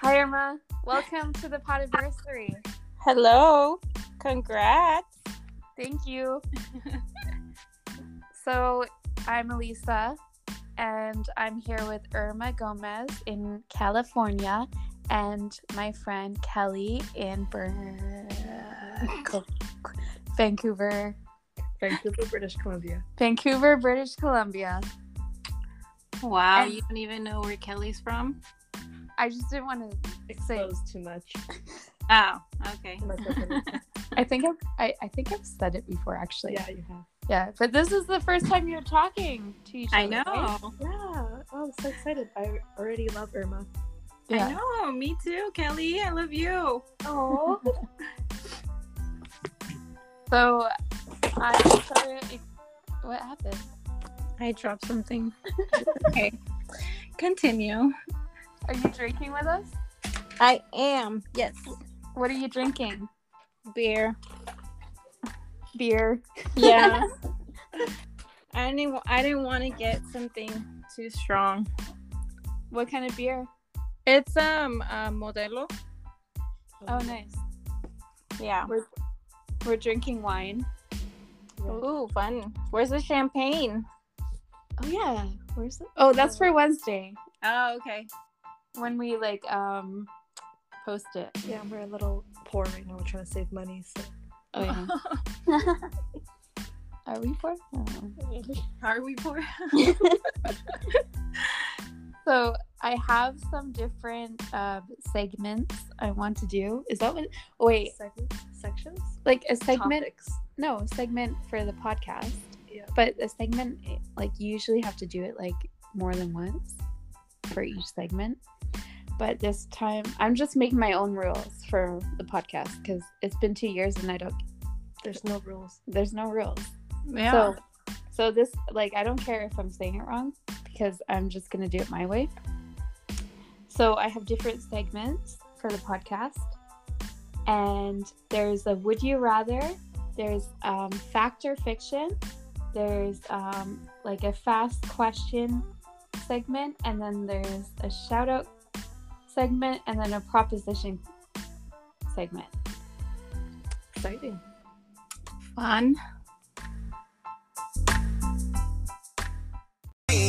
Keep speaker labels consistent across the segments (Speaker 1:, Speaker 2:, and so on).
Speaker 1: Hi, Irma. Welcome to the Podiversary.
Speaker 2: Hello. Congrats.
Speaker 1: Thank you. so, I'm Elisa, and I'm here with Irma Gomez in California and my friend Kelly in Bur- Co- Vancouver,
Speaker 3: Vancouver, British Columbia.
Speaker 1: Vancouver, British Columbia.
Speaker 2: Wow,
Speaker 1: And-
Speaker 2: you don't even know where Kelly's from?
Speaker 1: I just didn't want to.
Speaker 3: Exposed too much.
Speaker 2: Oh, okay.
Speaker 3: Too much information.
Speaker 1: I think I've, I, I think I've said it before, actually.
Speaker 3: yeah, you have.
Speaker 1: Yeah, but this is the first time you're talking to each other.
Speaker 2: I know.
Speaker 1: right?
Speaker 3: Yeah. Oh, I'm so excited. I already love Irma.
Speaker 1: Yeah.
Speaker 2: I know. Me too, Kelly. I love you.
Speaker 3: Oh.
Speaker 1: So I'm sorry. If, what happened?
Speaker 2: I dropped something. okay. Continue.
Speaker 1: Are you drinking with us?
Speaker 2: I am. Yes.
Speaker 1: What are you drinking?
Speaker 2: Beer.
Speaker 1: Beer.
Speaker 2: Yeah. I didn't. I didn't want to get something too strong.
Speaker 1: What kind of beer?
Speaker 2: It's um uh, Modelo.
Speaker 1: Oh, nice.
Speaker 2: Yeah.
Speaker 1: We're we're drinking wine.
Speaker 2: Ooh, fun. Where's the champagne?
Speaker 1: Oh yeah. Where's it? Oh, that's for Wednesday
Speaker 2: Oh, okay.
Speaker 1: when we like um post it.
Speaker 3: Yeah, we're a little poor right now. We're trying to save money. So.
Speaker 1: Oh yeah. are we for? Oh.
Speaker 2: Are we poor?
Speaker 1: So I have some different uh, segments I want to do. Is that what? Wait,
Speaker 3: Segments? Sections?
Speaker 1: like a segment?
Speaker 3: Topics.
Speaker 1: No, a segment for the podcast.
Speaker 3: Yeah.
Speaker 1: But a segment, eh, like you usually have to do it like more than once for each segment. But this time, I'm just making my own rules for the podcast because it's been two years and I don't.
Speaker 3: There's no rules.
Speaker 1: There's no rules.
Speaker 2: Yeah.
Speaker 1: So, so this like I don't care if I'm saying it wrong because I'm just gonna do it my way. So I have different segments for the podcast, and there's a would you rather, there's um, fact or fiction, there's um, like a fast question segment, and then there's a shout out segment, and then a proposition segment.
Speaker 3: Exciting.
Speaker 2: fun.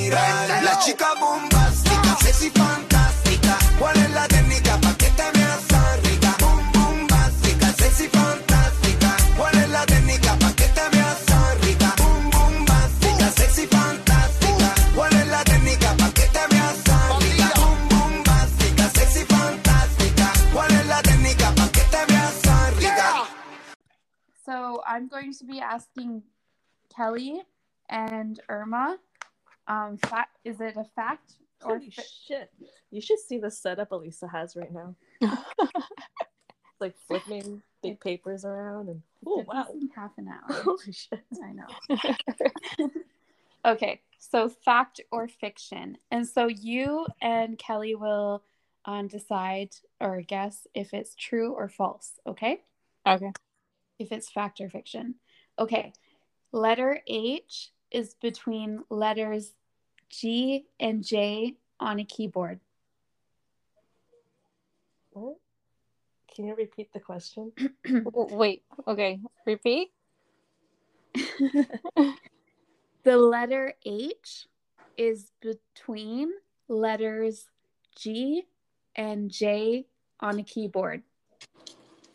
Speaker 4: La chica bombástica, sexy fantástica. ¿Cuál es la técnica pa' que te veas tan rica? Bom- Bombástica, sexy fantástica. ¿Cuál es la técnica pa' que te veas tan rica? Bom- Bombástica, sexy fantástica. ¿Cuál es la técnica pa' que te veas tan rica? Bom- Bombástica, sexy fantástica. ¿Cuál es la técnica pa' que te veas tan rica?
Speaker 1: So I'm going to be asking Kelly and Irma. Um, fa- is it a fact or
Speaker 3: Holy
Speaker 1: fi-
Speaker 3: shit. You should see the setup Elisa has right now. like flipping big papers around and. Oh,
Speaker 1: Did this
Speaker 3: wow.
Speaker 1: in half an hour?
Speaker 3: Holy shit.
Speaker 1: I know. okay, so fact or fiction, and so you and Kelly will um, decide or guess if it's true or false. Okay,
Speaker 2: Okay.
Speaker 1: if it's fact or fiction. Okay, letter H is between letters G and J on a keyboard.
Speaker 3: What? Can you repeat the question?
Speaker 2: Wait. Okay. Repeat.
Speaker 1: The letter H is between letters G and J on a keyboard.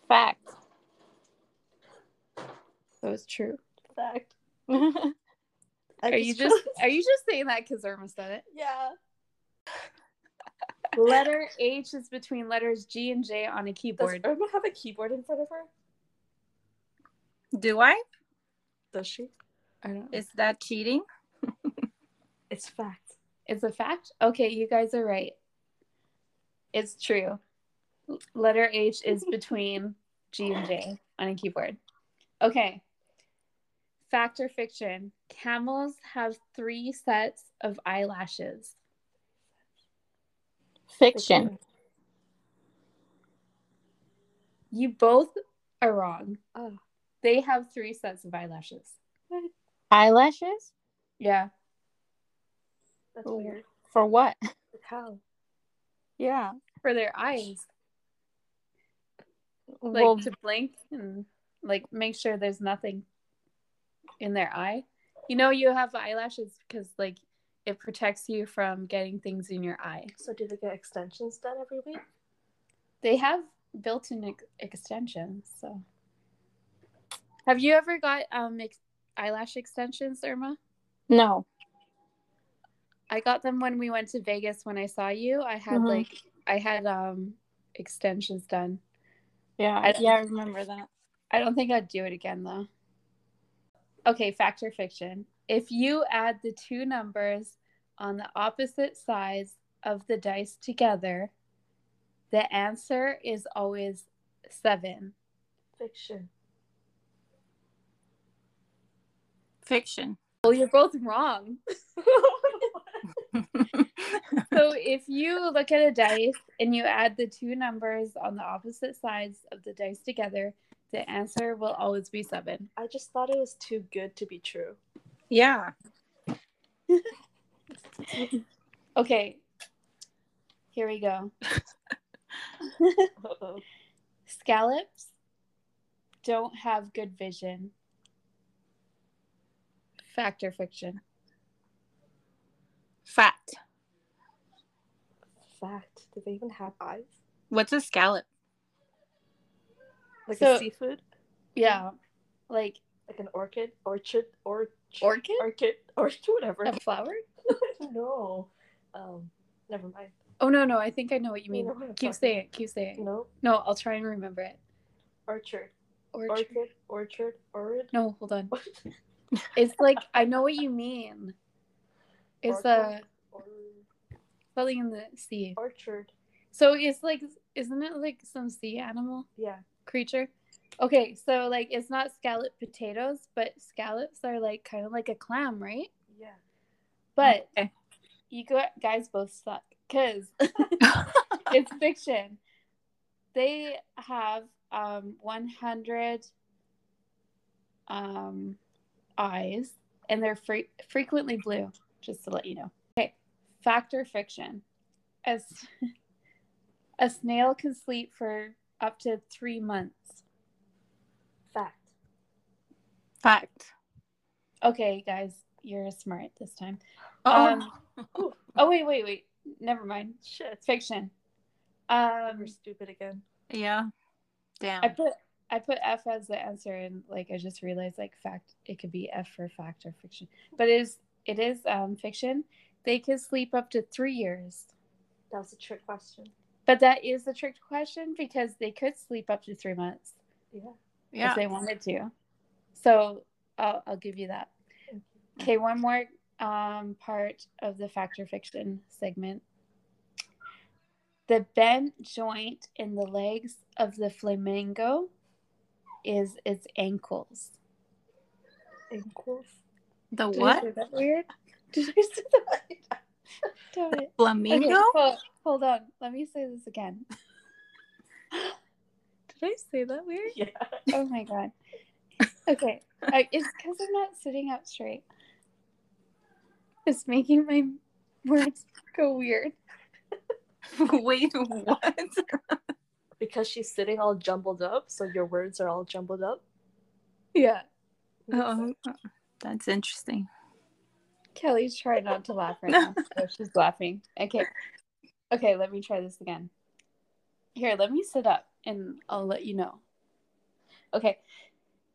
Speaker 2: Fact.
Speaker 1: So it's true.
Speaker 3: Fact.
Speaker 2: I
Speaker 3: I
Speaker 1: Are you just are you just saying that because Irma said
Speaker 3: Yeah.
Speaker 1: it? Letter H is between letters G and J on a
Speaker 3: Does
Speaker 1: keyboard.
Speaker 3: Irma have a keyboard in front of her?
Speaker 2: Do I?
Speaker 3: Does she?
Speaker 1: I don't know.
Speaker 2: Is that cheating?
Speaker 3: It's fact.
Speaker 1: It's a fact. Okay, you guys are right. It's true. L- Letter H is between G and J on a keyboard. Okay. Fact or fiction? Camels have three sets of eyelashes.
Speaker 2: Fiction.
Speaker 1: You both are wrong.
Speaker 3: Oh.
Speaker 1: They have three sets of eyelashes.
Speaker 2: Eyelashes?
Speaker 1: Yeah.
Speaker 3: That's
Speaker 2: Oh.
Speaker 3: weird.
Speaker 2: For what?
Speaker 3: Like how?
Speaker 2: Yeah.
Speaker 1: for their eyes, like
Speaker 2: well,
Speaker 1: to blink and like make sure there's nothing in their eye. You know, you have eyelashes because like it protects you from getting things in your eye.
Speaker 3: So do they get extensions done every week?
Speaker 1: They have built-in ex- extensions. So, have you ever got um ex- eyelash extensions, Irma?
Speaker 2: no.
Speaker 1: I got them when we went to Vegas when I saw you. I had
Speaker 2: Mhm.
Speaker 1: like I had um extensions done.
Speaker 2: Yeah.
Speaker 1: I-
Speaker 2: yeah, I remember that.
Speaker 1: I don't think I'd do it again though. Okay, fact or fiction. If you add the two numbers on the opposite sides of the dice together, the answer is always 7.
Speaker 3: Fiction.
Speaker 2: Fiction.
Speaker 1: Well, you're both wrong. so if you look at a dice and you add the two numbers on the opposite sides of the dice together, the answer will always be seven.
Speaker 3: I just thought it was too good to be true.
Speaker 2: yeah.
Speaker 1: Okay, here we go.
Speaker 3: Uh-oh.
Speaker 1: Scallops don't have good vision. Fact or fiction?
Speaker 2: Fat.
Speaker 3: Fact. Do they even have eyes?
Speaker 2: What's a scallop?
Speaker 3: Like
Speaker 1: So-
Speaker 3: a seafood?
Speaker 1: Yeah, like
Speaker 3: Like an orchid? Orchid? Orchid?
Speaker 1: Orchid?
Speaker 3: Orchid? Orchid? Whatever.
Speaker 1: a flower?
Speaker 3: no. Um, never mind.
Speaker 1: Oh no, no, I think I know what you mean.
Speaker 3: know what I'm
Speaker 1: Keep
Speaker 3: talking-
Speaker 1: saying it. Keep saying it.
Speaker 3: No.
Speaker 1: No, I'll try and remember it.
Speaker 3: Orchard.
Speaker 1: Orchard.
Speaker 3: Orchid. Orchard. Orchid.
Speaker 1: No, hold on.
Speaker 3: What?
Speaker 1: It's like I know what you mean. It's a
Speaker 3: Orchard. Or-
Speaker 1: something in the sea.
Speaker 3: Orchard.
Speaker 1: So it's like, isn't it like some sea animal
Speaker 3: Yeah.
Speaker 1: creature? Okay, so like it's not scallop potatoes, but scallops are like kind of like a clam, right?
Speaker 3: Yeah.
Speaker 1: But
Speaker 2: Okay.
Speaker 1: you got, guys both suck because it's fiction. They have um 100 um eyes and they're fre- frequently blue, just to let you know. Okay, fact or fiction. As a snail can sleep for up to 3 months.
Speaker 3: Fact.
Speaker 2: Fact.
Speaker 1: Okay, guys, you're smart this time.
Speaker 2: Um,
Speaker 1: Um, oh wait, wait, wait. Never mind.
Speaker 3: Shit.
Speaker 1: It's fiction.
Speaker 3: We're
Speaker 1: Um
Speaker 3: stupid again.
Speaker 2: yeah. Damn.
Speaker 1: I put I put F as the answer, and like I just realized, like fact, it could be F for fact or fiction, but it is it is um, fiction. They can sleep up to three years,
Speaker 3: That was a trick question.
Speaker 1: but that is a trick question because they could sleep up to three months
Speaker 3: Yeah.
Speaker 2: yeah.
Speaker 1: if they wanted to. So I'll I'll give you that. Okay, one more um, part of the fact or fiction segment. The bent joint in the legs of the flamingo is its ankles.
Speaker 3: Ankles.
Speaker 2: the
Speaker 1: Did I
Speaker 2: what?
Speaker 1: say that weird? Did I say that right? Damn it. Okay,
Speaker 2: Flamingo?
Speaker 1: hold, hold on. Let me say this again. Did I say that weird?
Speaker 3: Yeah.
Speaker 1: Oh my god. Okay. I, it's because I'm not sitting up straight. It's making my words go weird.
Speaker 2: Wait, what?
Speaker 3: Because she's sitting all jumbled up, so your words are all jumbled up.
Speaker 1: Yeah.
Speaker 2: oh, that's interesting.
Speaker 1: Kelly's trying not to laugh right now. So she's laughing. Okay. Okay, let me try this again. Here, let me sit up and I'll let you know. Okay.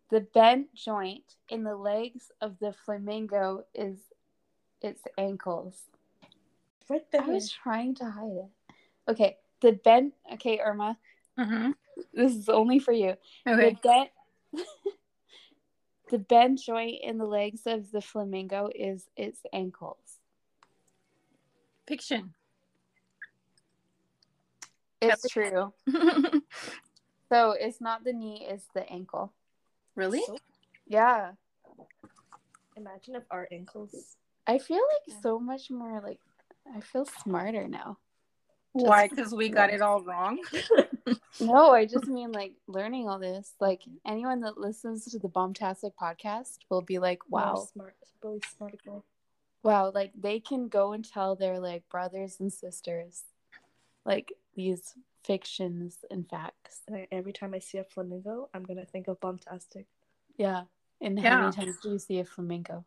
Speaker 1: The bent joint in the legs of the flamingo is its ankles.
Speaker 3: Right
Speaker 1: I was trying to hide it. Okay. The bent okay, Irma,
Speaker 2: Mm-hmm.
Speaker 1: this is only for you.
Speaker 2: Okay.
Speaker 1: The bent The bent joint in the legs of the flamingo is its ankles.
Speaker 2: Fiction.
Speaker 1: It's true. So it's not the knee, it's the ankle.
Speaker 2: really?
Speaker 3: So-
Speaker 1: Yeah.
Speaker 3: imagine if our ankles.
Speaker 1: I feel like
Speaker 3: Yeah.
Speaker 1: so much more like I feel smarter now.
Speaker 2: Why? Because we got it all wrong.
Speaker 1: No, I just mean like learning all this. Like anyone that listens to the Bombtastic podcast will be like,
Speaker 3: Wow.
Speaker 1: wow,
Speaker 3: smart. Really smart girl.
Speaker 1: wow, like they can go and tell their like brothers and sisters like these fictions and facts.
Speaker 3: And every time I see a flamingo, I'm gonna think of Bombastic.
Speaker 1: Yeah. And how many times do you see a flamingo?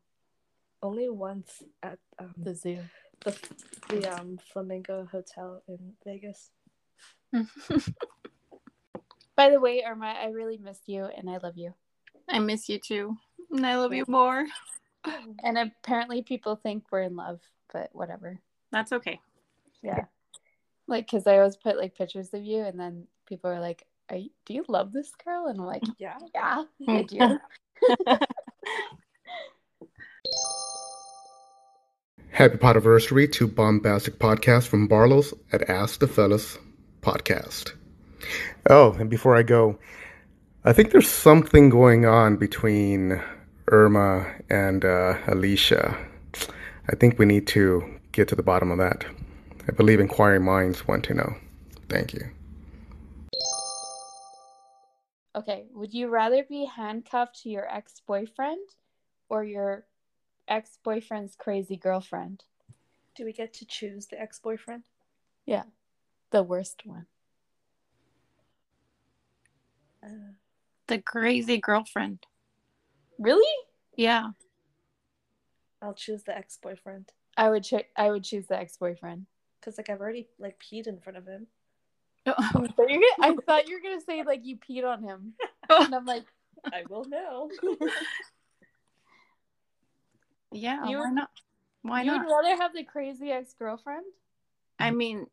Speaker 3: Only once at um,
Speaker 1: at The zoo.
Speaker 3: the the um flamingo hotel in Vegas.
Speaker 1: By the way, Irma, I really missed you and I love you.
Speaker 2: I miss you too. And I love you more.
Speaker 1: And apparently people think we're in love, but whatever.
Speaker 2: That's okay.
Speaker 1: Yeah. Like, cause I always put like pictures of you and then people are like, are you, do you love this girl? And I'm like,
Speaker 3: Yeah.
Speaker 1: yeah, I do.
Speaker 5: Happy Podiversary to Bombastic Podcast from Barlow's at Ask the Fellas Podcast. Oh, and before I go, I think there's something going on between Irma and uh, Alicia. I think we need to get to the bottom of that. I believe inquiring minds want to know. Thank you.
Speaker 1: Okay. Would you rather be handcuffed to your ex boyfriend or your ex boyfriend's crazy girlfriend?
Speaker 3: Do we get to choose the ex boyfriend?
Speaker 1: The worst one.
Speaker 3: Uh,
Speaker 2: The crazy girlfriend.
Speaker 1: Really?
Speaker 2: Yeah.
Speaker 3: I'll choose the ex boyfriend
Speaker 1: I would cho- I would choose the ex boyfriend.
Speaker 3: because like I've already like peed in front of him.
Speaker 1: I thought you were gonna- I thought you were gonna say like you peed on him, and I'm like,
Speaker 3: I will know.
Speaker 2: yeah.
Speaker 1: You-
Speaker 2: why not? Why
Speaker 1: you
Speaker 2: not?
Speaker 1: would rather have the crazy ex girlfriend?
Speaker 2: I mean,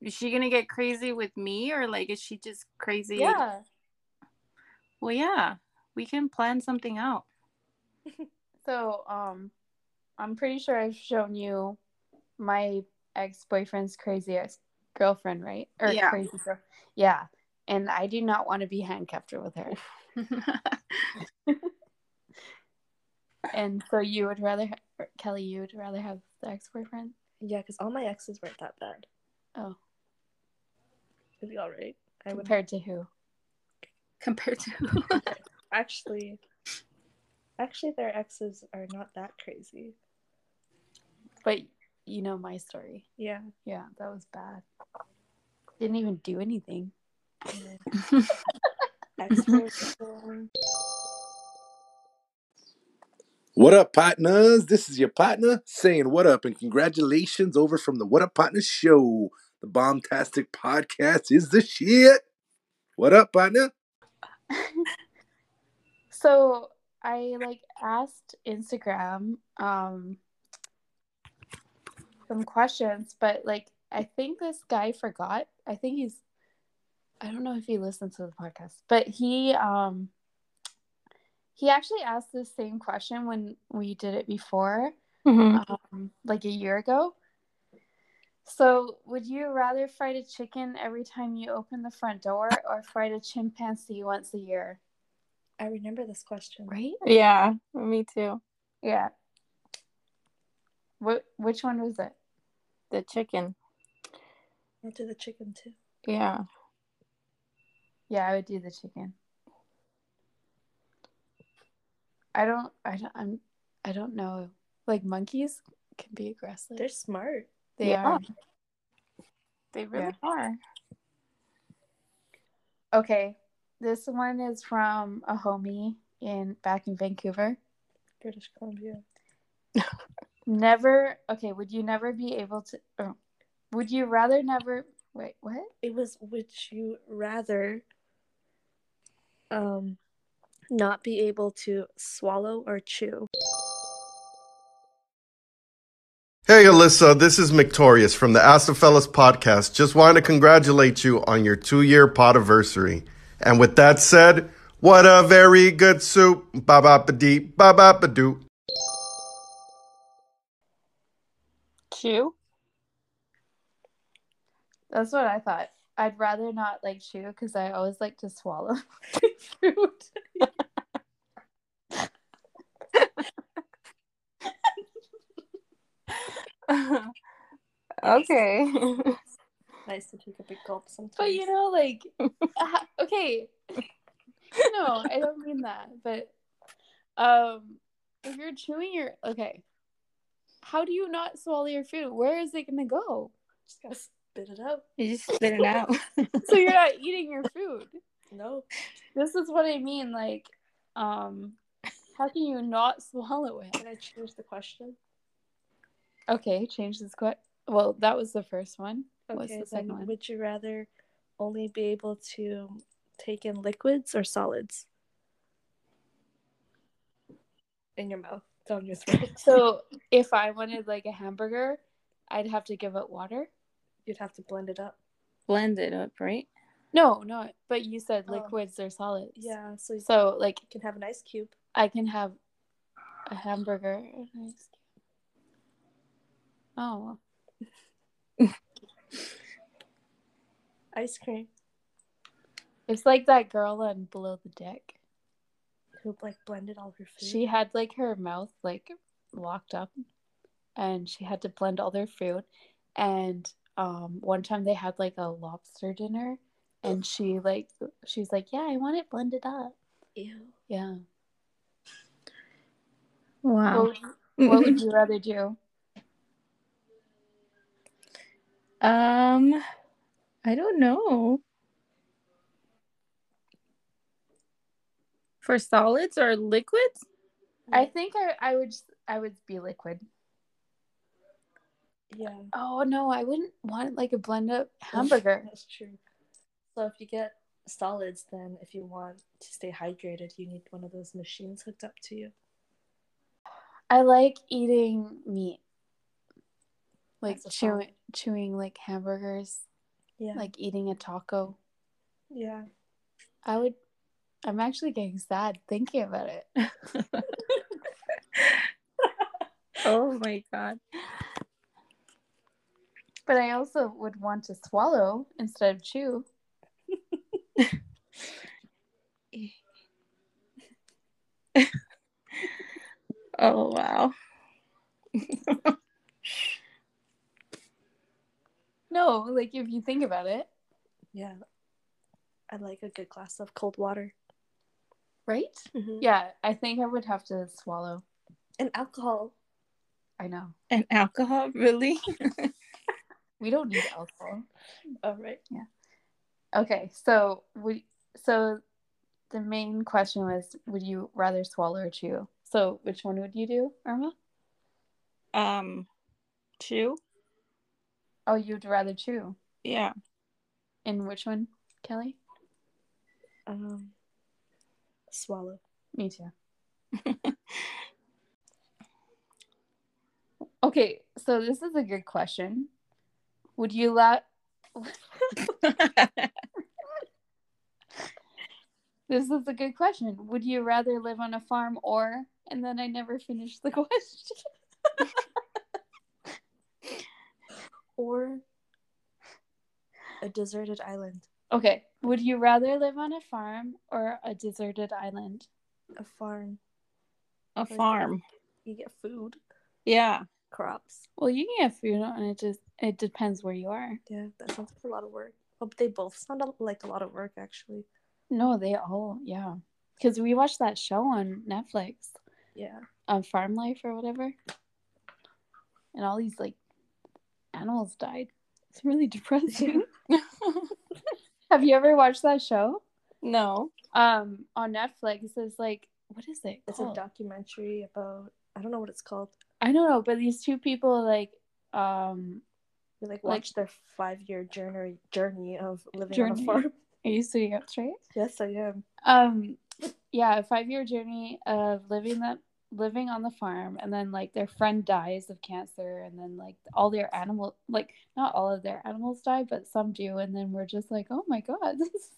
Speaker 2: is she gonna get crazy with me or like is she just crazy?
Speaker 1: Yeah.
Speaker 2: Well, yeah. We can plan something out.
Speaker 1: So um, I'm pretty sure I've shown you my ex boyfriend's crazy ex girlfriend, right? Or
Speaker 2: Yeah.
Speaker 1: crazy girl. Yeah. And I do not want to be handcuffed with her. And so you would rather, ha- Kelly, you would rather have the ex boyfriend?
Speaker 3: yeah, because all my exes weren't that bad.
Speaker 1: Oh,
Speaker 3: It'd be all right. I would
Speaker 1: compared to who?
Speaker 2: Compared to
Speaker 3: actually. Actually, their exes are not that crazy.
Speaker 1: But you know my story.
Speaker 3: Yeah.
Speaker 1: Yeah, that was bad. Didn't even do anything.
Speaker 3: Ex boyfriend.
Speaker 6: What up, partners? This is your partner saying what up, and congratulations over from the What Up Partners show. The bombastic podcast is the shit. What up, partner?
Speaker 1: So I like asked Instagram um some questions, but like I think this guy forgot. I think he's I don't know if he listens to the podcast, but he um he actually asked the same question when we did it before.
Speaker 2: Mm-hmm.
Speaker 1: um, like a year ago. So, would you rather fight a chicken every time you open the front door or fight a chimpanzee once a year?
Speaker 3: I remember this question.
Speaker 1: Right?
Speaker 2: Yeah, me too.
Speaker 1: Yeah. What? Which one was it?
Speaker 2: The chicken.
Speaker 3: I'll do the chicken too.
Speaker 2: Yeah.
Speaker 1: Yeah, I would do the chicken. I don't. I don't. I'm. I don't know. Like monkeys can be aggressive.
Speaker 3: They're smart.
Speaker 1: They
Speaker 2: Yeah.
Speaker 1: are.
Speaker 2: They
Speaker 1: really
Speaker 2: are.
Speaker 1: Okay. This one is from a homie in back in Vancouver.
Speaker 3: British Columbia.
Speaker 1: Never. Okay. Would you never be able to? Or would you rather never? Wait. What?
Speaker 3: It was would you rather um not be able to swallow or chew?
Speaker 7: Hey, Alyssa, this is Victorious from the Astafellas podcast. Just wanted to congratulate you on your two year podiversary. And with that said, what a very good soup. Ba ba ba dee, ba ba ba doo.
Speaker 1: Chew. That's what I thought. I'd rather not like chew because I always like to swallow food.
Speaker 2: okay.
Speaker 3: Nice to take a big gulp sometimes.
Speaker 1: But you know, like, ha- okay. No, I don't mean that. But um, if you're chewing your okay, how do you not swallow your food? Where is it gonna go?
Speaker 3: just gotta Spit it out.
Speaker 2: You just spit it out.
Speaker 1: so you're not eating your food.
Speaker 3: No.
Speaker 1: This is what I mean. Like, um, how can you not swallow it?
Speaker 3: Can I change the question?
Speaker 1: Okay, change this quick. Well, that was the first one. What's the second
Speaker 3: then
Speaker 1: one?
Speaker 3: Would you rather only be able to take in liquids or solids? In your mouth, down your throat.
Speaker 1: So if I wanted like a hamburger, I'd have to give up water.
Speaker 3: You'd have to blend it up.
Speaker 2: Blend it up, right?
Speaker 1: No, no. But you said
Speaker 3: Oh.
Speaker 1: liquids or solids.
Speaker 3: Yeah, so you
Speaker 1: So like,
Speaker 3: can have an ice cube.
Speaker 1: I can have a hamburger. and ice cream. Oh,
Speaker 3: Ice cream.
Speaker 1: it's like that girl on Below the Deck.
Speaker 3: Who like blended all her food?
Speaker 1: She had like her mouth like locked up and she had to blend all their food and um one time they had like a lobster dinner and she like she was like, "Yeah, I want it blended up."
Speaker 3: Ew.
Speaker 1: Yeah.
Speaker 3: Oh.
Speaker 2: Wow.
Speaker 1: What, would, what would you rather do?
Speaker 2: um, I don't know. For solids or liquids?
Speaker 1: I think I I would I would be liquid.
Speaker 3: Yeah.
Speaker 1: Oh no, I wouldn't want like a blend up hamburger.
Speaker 3: That's true. So if you get solids, then if you want to stay hydrated, you need one of those machines hooked up to you.
Speaker 1: I like eating meat. Like
Speaker 3: That's a solid.
Speaker 1: chewing chewing like hamburgers,
Speaker 3: Yeah.
Speaker 1: like eating a taco.
Speaker 3: yeah.
Speaker 1: I would. I'm actually getting sad thinking about it.
Speaker 2: oh my god.
Speaker 1: But I also would want to swallow instead of chew.
Speaker 2: Oh wow.
Speaker 1: No, like if you think about it,
Speaker 3: Yeah. I like a good glass of cold water.
Speaker 1: right?
Speaker 3: Mm-hmm.
Speaker 1: Yeah, I think I would have to swallow.
Speaker 3: And alcohol.
Speaker 1: I know.
Speaker 2: And alcohol, really?
Speaker 1: We don't need alcohol.
Speaker 3: All right.
Speaker 1: Okay, so would so the main question was would you rather swallow or chew? So which one would you do, Irma?
Speaker 2: Um, chew.
Speaker 1: Oh, you'd rather chew.
Speaker 2: Yeah.
Speaker 1: And which one, Kelly?
Speaker 3: Um, swallow.
Speaker 1: Me too. okay, so this is a good question. Would you la- This is a good question. Would you rather live on a farm or and then I never finished the question.
Speaker 3: Or a deserted island.
Speaker 1: Okay, would you rather live on a farm or a deserted island?
Speaker 3: A farm.
Speaker 2: A farm.
Speaker 3: You get food,
Speaker 2: Yeah.
Speaker 3: crops.
Speaker 1: Well, you can get food on it just it depends where you are.
Speaker 3: Yeah, that sounds like a lot of work. Oh, they both sound like a lot of work, actually.
Speaker 1: No, they all, yeah. Cuz we watched that show on Netflix.
Speaker 3: Yeah.
Speaker 1: on farm life or whatever. And all these like animals died. It's really depressing. Have you ever watched that show?
Speaker 2: No.
Speaker 1: Um on Netflix it's like what is it?
Speaker 3: It's a
Speaker 1: called?
Speaker 3: documentary about I don't know what it's called.
Speaker 1: I don't know, but these two people like um
Speaker 3: We like
Speaker 1: Like-
Speaker 3: watch their five year journey journey of living on a
Speaker 1: Journey.
Speaker 3: farm.
Speaker 1: are you sitting up straight?
Speaker 3: Yes, I am.
Speaker 1: Um yeah, a five year journey of living that living on the farm and then like their friend dies of cancer and then like all their animal like not all of their animals die but some do and then we're just like oh my god this is-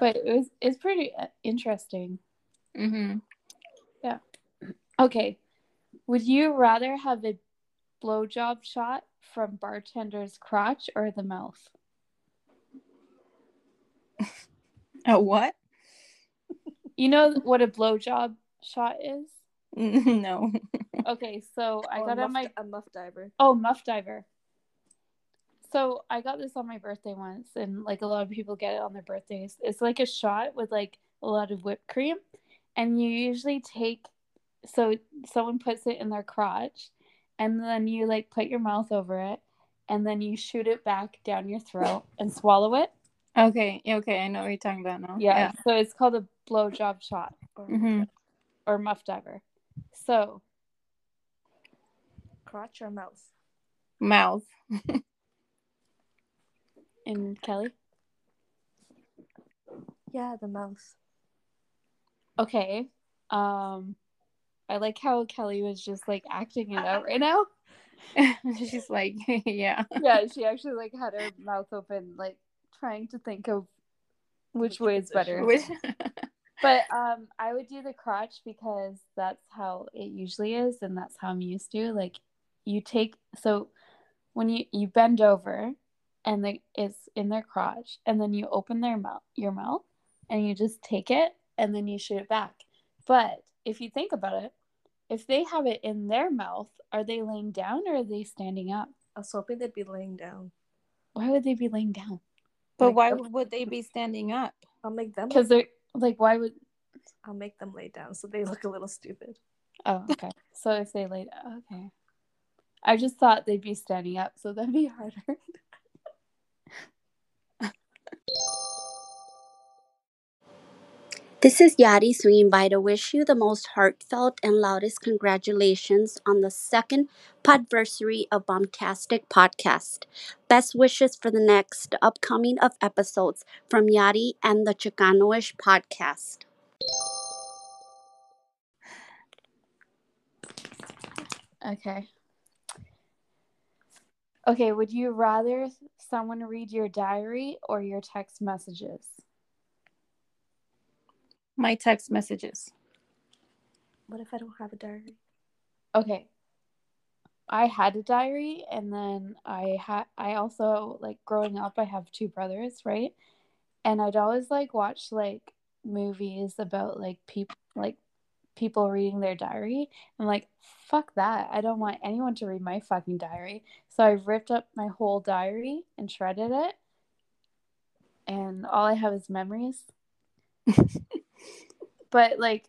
Speaker 1: but it was it's pretty uh, interesting
Speaker 2: Mm-hmm.
Speaker 1: okay would you rather have a blowjob shot from bartender's crotch or the mouth
Speaker 2: A what?
Speaker 1: you know what a blowjob shot is
Speaker 2: no.
Speaker 1: okay so i
Speaker 3: Or
Speaker 1: got
Speaker 3: a
Speaker 1: on
Speaker 3: muff,
Speaker 1: my
Speaker 3: a muff diver.
Speaker 1: Oh, muff diver. So I got this on my birthday once, and like a lot of people get it on their birthdays. It's like a shot with like a lot of whipped cream, and you usually take so someone puts it in their crotch, and then you like put your mouth over it, and then you shoot it back down your throat and swallow it.
Speaker 2: Okay, okay, I know what you're talking about now.
Speaker 1: Yeah. So it's called a blowjob shot or,
Speaker 2: Mhm.
Speaker 1: or muff diver. So
Speaker 3: Crotch or mouth?
Speaker 2: Mouth.
Speaker 1: and Kelly.
Speaker 3: Yeah, the mouth.
Speaker 1: Okay. Um I like how Kelly was just like acting it out right now.
Speaker 2: She's like, yeah.
Speaker 1: yeah, she actually like had her mouth open, like trying to think of which way is better.
Speaker 2: Which-
Speaker 1: But um, I would do the crotch because that's how it usually is, and that's how I'm used to. Like, you take so when you you bend over, and the, it's in their crotch, and then you open their mouth, your mouth, and you just take it, and then you shoot it back. But if you think about it, if they have it in their mouth, are they laying down or are they standing up?
Speaker 3: I was hoping they'd be laying down.
Speaker 1: Why would they be laying down?
Speaker 2: but why would they be standing up?
Speaker 3: I'll make them.
Speaker 1: Because they're like, why would?
Speaker 3: I'll make them lay down so they look a little stupid.
Speaker 1: Oh, okay. so if they laid, okay. I just thought they'd be standing up, so that'd be harder.
Speaker 8: This is Yadi Sween by to wish you the most heartfelt and loudest congratulations on the second podversary of Bombastic Podcast. Best wishes for the next upcoming of episodes from Yadi and the Chicanoish Podcast.
Speaker 1: Okay. Okay, would you rather someone read your diary or your text messages?
Speaker 2: My text messages.
Speaker 3: What if I don't have a diary?
Speaker 1: Okay. I had a diary and then I had I also like growing up I have two brothers, right? And I'd always like watch like movies about like people like people reading their diary. I'm like, fuck that. I don't want anyone to read my fucking diary. So I ripped up my whole diary and shredded it. And all I have is memories. but like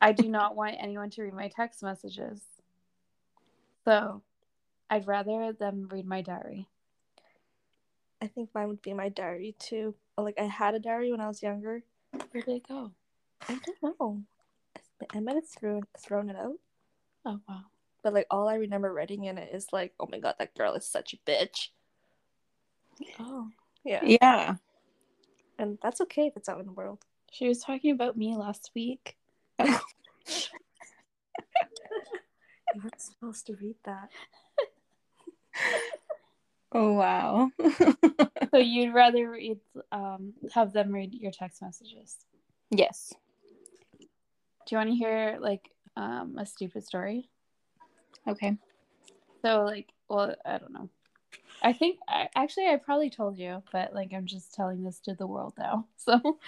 Speaker 1: I do not want anyone to read my text messages. So I'd rather them read my diary.
Speaker 3: I think mine would be my diary too. Like I had a diary when I was younger.
Speaker 1: Where'd they go?
Speaker 3: I don't know. I- I might have thrown thrown it out.
Speaker 1: Oh wow.
Speaker 3: But like all I remember writing in it is like, oh my god, that girl is such a bitch.
Speaker 1: Oh.
Speaker 3: Yeah.
Speaker 2: Yeah.
Speaker 3: And that's okay if it's out in the world.
Speaker 1: She was talking about me last week.
Speaker 3: You weren't supposed to read that.
Speaker 2: Oh wow.
Speaker 1: So you'd rather read um have them read your text messages.
Speaker 2: yes.
Speaker 1: Do you want to hear like um a stupid story?
Speaker 2: Okay.
Speaker 1: So like well, I don't know. I think I, actually I probably told you, but like I'm just telling this to the world now. So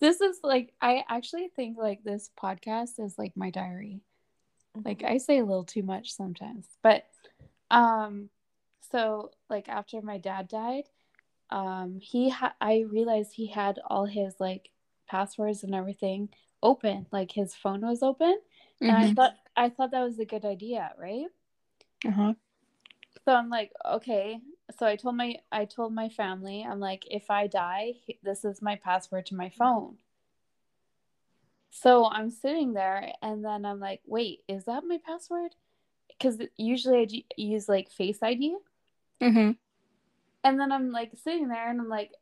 Speaker 1: this is like I actually think like this podcast is like my diary.
Speaker 2: Mm-hmm.
Speaker 1: like i say a little too much sometimes but um so like after my dad died um he ha- i realized he had all his like passwords and everything open like his phone was open and i
Speaker 2: Mhm.
Speaker 1: thought i thought that was a good idea right
Speaker 2: Uh-huh.
Speaker 1: so i'm like okay so i told my i told my family i'm like if i die he- this is my password to my phone so i'm sitting there and then i'm like wait is that my password because usually i d- use like face id
Speaker 2: Mhm.
Speaker 1: and then i'm like sitting there and i'm like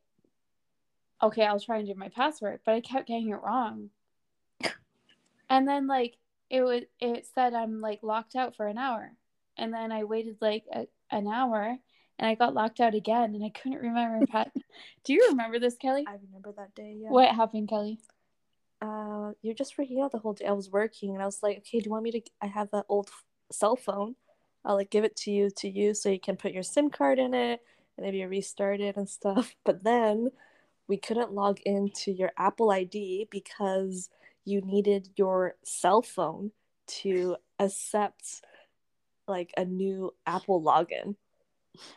Speaker 1: okay i'll try and do my password but i kept getting it wrong and then like it was it said i'm like locked out for an hour and then i waited like a, an hour and i got locked out again and i couldn't remember pat do you remember this kelly
Speaker 3: I remember that day, yeah.
Speaker 1: what happened kelly
Speaker 3: Uh, you're just freaking out the whole day. I was working and I was like, okay, do you want me to? I have that old f- cell phone. I'll like give it to you to use so you can put your SIM card in it and maybe restart it and stuff. But then we couldn't log into your Apple ID because you needed your cell phone to accept like a new Apple login.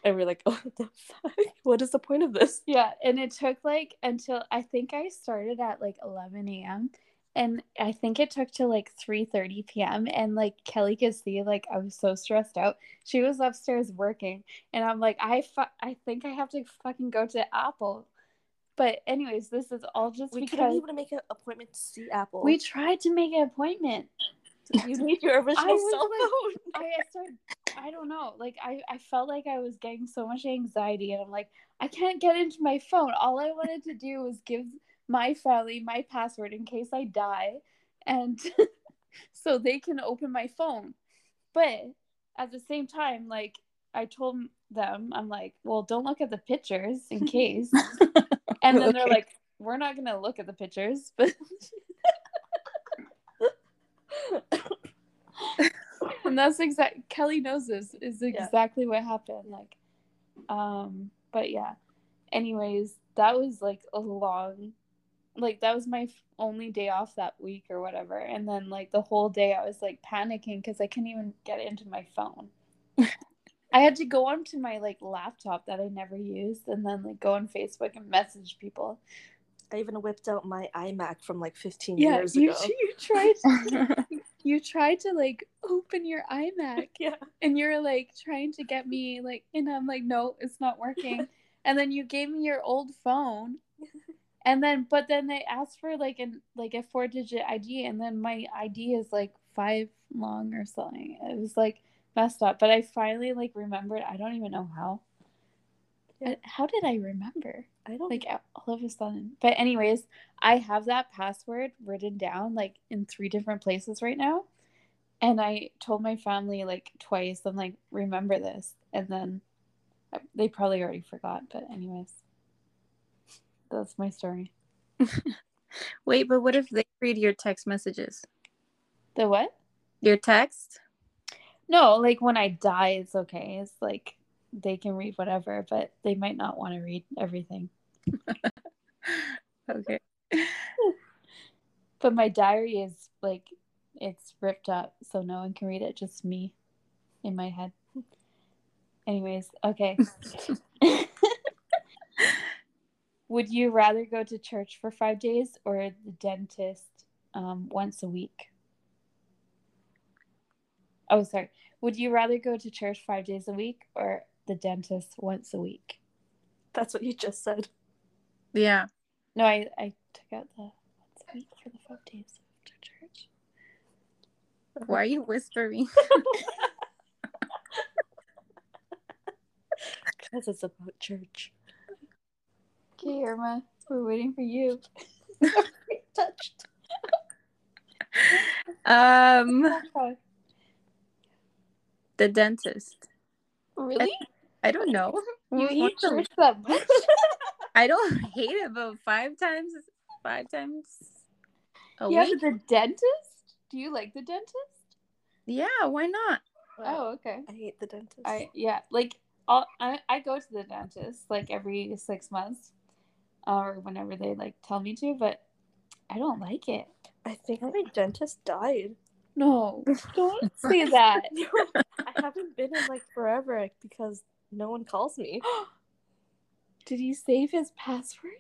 Speaker 3: And we're like, oh, what the fuck? What is the point of this?
Speaker 1: yeah and it took like until i think i started at like 11 a.m and I think it took till like 3:30 p.m. and like Kelly could see like I was so stressed out. She was upstairs working and I'm like I fu- I think I have to fucking go to Apple. But anyways, this is all just
Speaker 3: We couldn't
Speaker 1: because
Speaker 3: even make an appointment to see Apple.
Speaker 1: we tried to make an appointment.
Speaker 3: you need your
Speaker 1: I
Speaker 3: original
Speaker 1: was
Speaker 3: cell
Speaker 1: like-
Speaker 3: phone.
Speaker 1: I, I started I don't know. Like I I felt like I was getting so much anxiety and I'm like I can't get into my phone. All I wanted to do was give my family my password in case I die and so they can open my phone. But at the same time like I told them I'm like, "Well, don't look at the pictures in case." and then they're
Speaker 3: Okay.
Speaker 1: like, "We're not going to look at the pictures." But and that's exact kelly knows this is
Speaker 3: Yeah.
Speaker 1: exactly what happened like um but yeah anyways that was like a long like that was my f- only day off that week or whatever and then like the whole day i was like panicking because i couldn't even get into my phone i had to go onto my like laptop that i never used and then like go on facebook and message people
Speaker 3: I even whipped out my iMac from like 15
Speaker 1: yeah
Speaker 3: years
Speaker 1: you,
Speaker 3: ago.
Speaker 1: you tried you tried to like open your imac
Speaker 3: yeah.
Speaker 1: and you're like trying to get me like and i'm like no it's not working and then you gave me your old phone and then but then they asked for like an like a four digit id and then my id is like five long or something it was like messed up but i finally like remembered i don't even know how Uh,
Speaker 3: Yeah.
Speaker 1: how did i remember
Speaker 3: I don't
Speaker 1: like all of a sudden but anyways i have that password written down like in three different places right now and i told my family like twice i'm like remember this and then uh, they probably already forgot but anyways that's my story
Speaker 2: Wait, but what if they read your text messages?
Speaker 1: the what
Speaker 2: Your text?
Speaker 1: no like when i die it's okay it's like they can read whatever but they might not want to read everything
Speaker 2: Okay.
Speaker 1: but my diary is like it's ripped up so no one can read it just me in my head anyways okay would you rather go to church for five days or the dentist um, once a week oh sorry would you rather go to church five days a week or the dentist once a week
Speaker 3: That's what you just said.
Speaker 2: Yeah.
Speaker 1: no i, I took out the once a week for the five days to church
Speaker 2: Why are you whispering?
Speaker 3: Because it's about church.
Speaker 1: okay irma we're waiting for you
Speaker 3: Touched.
Speaker 2: Um,
Speaker 1: Okay.
Speaker 2: the dentist.
Speaker 1: really
Speaker 2: I don't know.
Speaker 1: You
Speaker 2: Once
Speaker 1: eat
Speaker 2: a
Speaker 1: church that much?
Speaker 2: I don't hate it, but five times, five times a
Speaker 1: yeah,
Speaker 2: week.
Speaker 1: but the dentist? Do you like the dentist?
Speaker 2: Yeah, why not?
Speaker 1: Oh, okay.
Speaker 3: I hate the dentist.
Speaker 1: I yeah, like all, I I go to the dentist like every six months, uh, or whenever they like tell me to, but I don't like it.
Speaker 3: I think my dentist died.
Speaker 1: No, don't say that.
Speaker 3: No, I haven't been in like forever because no one calls me.
Speaker 1: Did he save his passwords?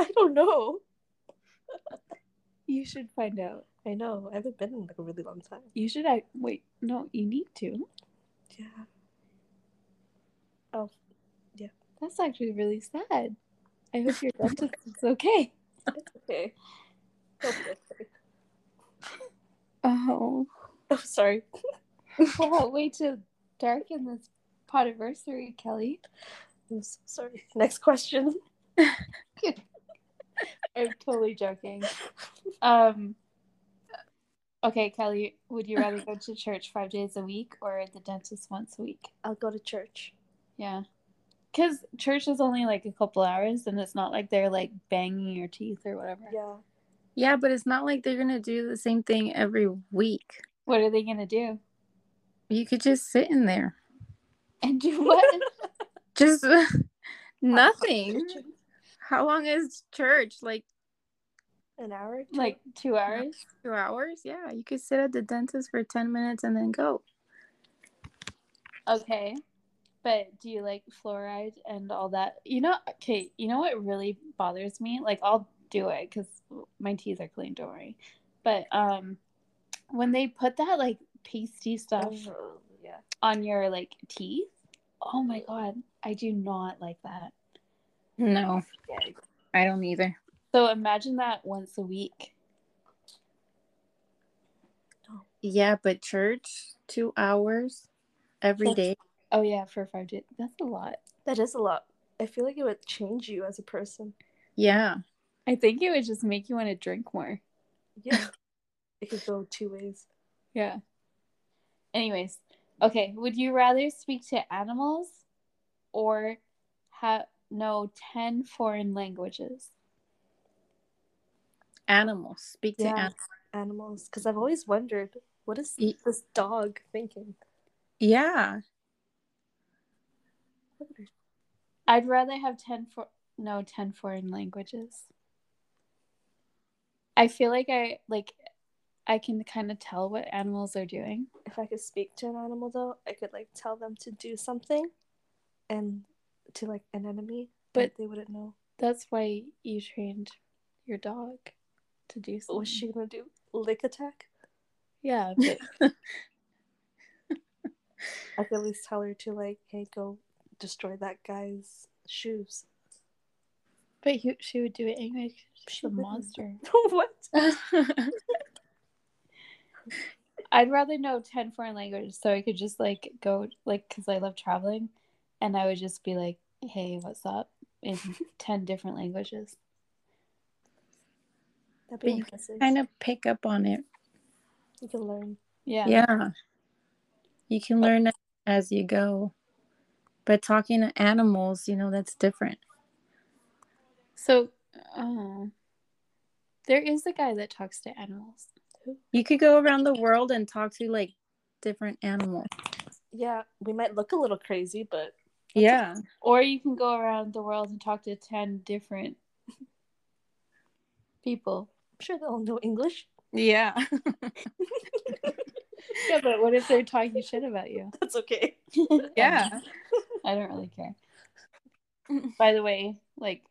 Speaker 3: I don't know.
Speaker 1: You should find out.
Speaker 3: I know. I haven't been in like a really long time.
Speaker 1: You should. I wait. No, you need to.
Speaker 3: Yeah. Oh,
Speaker 1: That's actually really sad. I hope your dentist is okay.
Speaker 3: It's okay. Hopefully it's okay.
Speaker 1: Oh.
Speaker 3: Oh, sorry.
Speaker 1: Wow, way to darken this podiversary, Kelly.
Speaker 3: I'm so sorry. Next question.
Speaker 1: I'm totally joking. Um, okay, Kelly, would you rather go to church five days a week or the dentist once a week?
Speaker 3: I'll go to church.
Speaker 1: Yeah, because church is only like a couple hours, and it's not like they're like banging your teeth or whatever.
Speaker 3: Yeah.
Speaker 2: Yeah, but it's not like they're gonna do the same thing every week.
Speaker 1: What are they gonna do?
Speaker 2: You could just sit in there.
Speaker 1: And do what?
Speaker 2: Just nothing. How long is church? Like
Speaker 3: An hour? or two?
Speaker 1: like two hours?
Speaker 2: two hours? Yeah, you could sit at the dentist for 10 minutes and then go.
Speaker 1: Okay. But do you like fluoride and all that? You know, okay, you know what really bothers me? Like, I'll do it because my teeth are clean. Don't worry. But um, when they put that like pasty stuff
Speaker 3: Oh, yeah.
Speaker 1: on your like teeth, oh my god, I do not like that.
Speaker 2: No, I don't either.
Speaker 1: So imagine that once a week.
Speaker 2: Yeah, but church, two hours every
Speaker 3: That's-
Speaker 2: day.
Speaker 1: Oh yeah, for five days. That's a lot.
Speaker 3: That is a lot. I feel like it would change you as a person.
Speaker 2: Yeah.
Speaker 1: I think it would just make you want to drink more.
Speaker 3: Yeah. it could go two ways.
Speaker 1: Yeah. Anyways, okay. Would you rather speak to animals or have know 10 foreign languages?
Speaker 2: Animals. Speak to
Speaker 3: Yeah.
Speaker 2: animals.
Speaker 3: Animals. Because I've always wondered, what is
Speaker 2: Ye-
Speaker 3: this dog thinking?
Speaker 2: Yeah.
Speaker 1: I'd rather have 10 for no 10 foreign languages. I feel like I like I can kind of tell what animals are doing.
Speaker 3: If I could speak to an animal, though, I could like tell them to do something, and to like an enemy, but
Speaker 1: But-
Speaker 3: they wouldn't know.
Speaker 1: That's why you trained your dog to do something.
Speaker 3: What's she gonna do? Lick attack?
Speaker 1: Yeah, but
Speaker 3: I could at least tell her to like, hey, go destroy that guy's shoes.
Speaker 1: but he, she would do it anyway. 'cause She's
Speaker 3: She
Speaker 1: a
Speaker 3: wouldn't.
Speaker 1: monster.
Speaker 3: what?
Speaker 1: I'd rather know 10 foreign languages so I could just like go, like, because I love traveling and I would just be like, hey, what's up in 10 different languages.
Speaker 3: That'd
Speaker 2: But
Speaker 3: be
Speaker 2: you
Speaker 3: impressive.
Speaker 2: kind of pick up on it.
Speaker 3: You can learn.
Speaker 1: Yeah.
Speaker 2: Yeah. You can learn as you go. But talking to animals, you know, that's different.
Speaker 1: So, uh, there is a guy that talks to animals.
Speaker 2: You could go around the world and talk to like different animals.
Speaker 3: Yeah, we might look a little crazy, but
Speaker 2: Yeah.
Speaker 1: Or you can go around the world and talk to 10 different people.
Speaker 3: I'm sure they'll know English.
Speaker 2: Yeah.
Speaker 1: Yeah, but what if they're talking shit about you?
Speaker 3: That's okay.
Speaker 2: yeah.
Speaker 1: I don't really care. By the way, like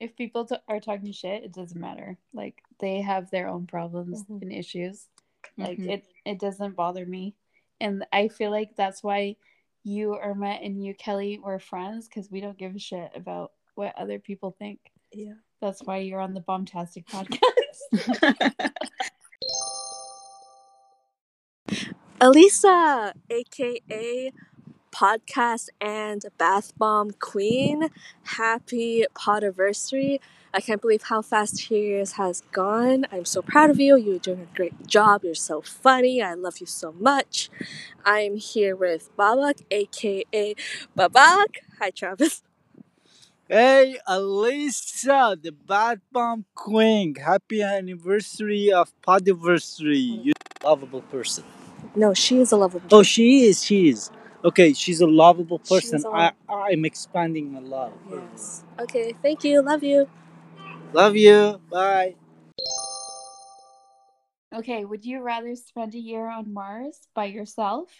Speaker 1: if people t- are talking shit, it doesn't matter. Like they have their own problems
Speaker 3: Mhm.
Speaker 1: and issues. Like
Speaker 2: Mhm.
Speaker 1: it it doesn't bother me. And I feel like that's why you Irma and you Kelly were friends cuz we don't give a shit about what other people think.
Speaker 3: Yeah.
Speaker 1: That's why you're on the bombtastic podcast.
Speaker 3: Elisa, aka podcast and bath bomb queen. Happy podiversary. I can't believe how fast two years has gone. I'm so proud of you. You're doing a great job. You're so funny. I love you so much. I'm here with Babak, aka Babak. Hi Travis.
Speaker 9: Hey, Alisa, the Bad Bomb Queen. Happy anniversary of Podiversary. You're a lovable person.
Speaker 3: No, she is a lovable
Speaker 9: Oh, she is, she is. Okay, she's a lovable
Speaker 3: She is
Speaker 9: person.
Speaker 3: a
Speaker 9: I, I'm expanding a lot.
Speaker 3: Yes. Okay, thank you. Love you.
Speaker 9: Love you. Bye.
Speaker 1: okay, would you rather spend a year on Mars by yourself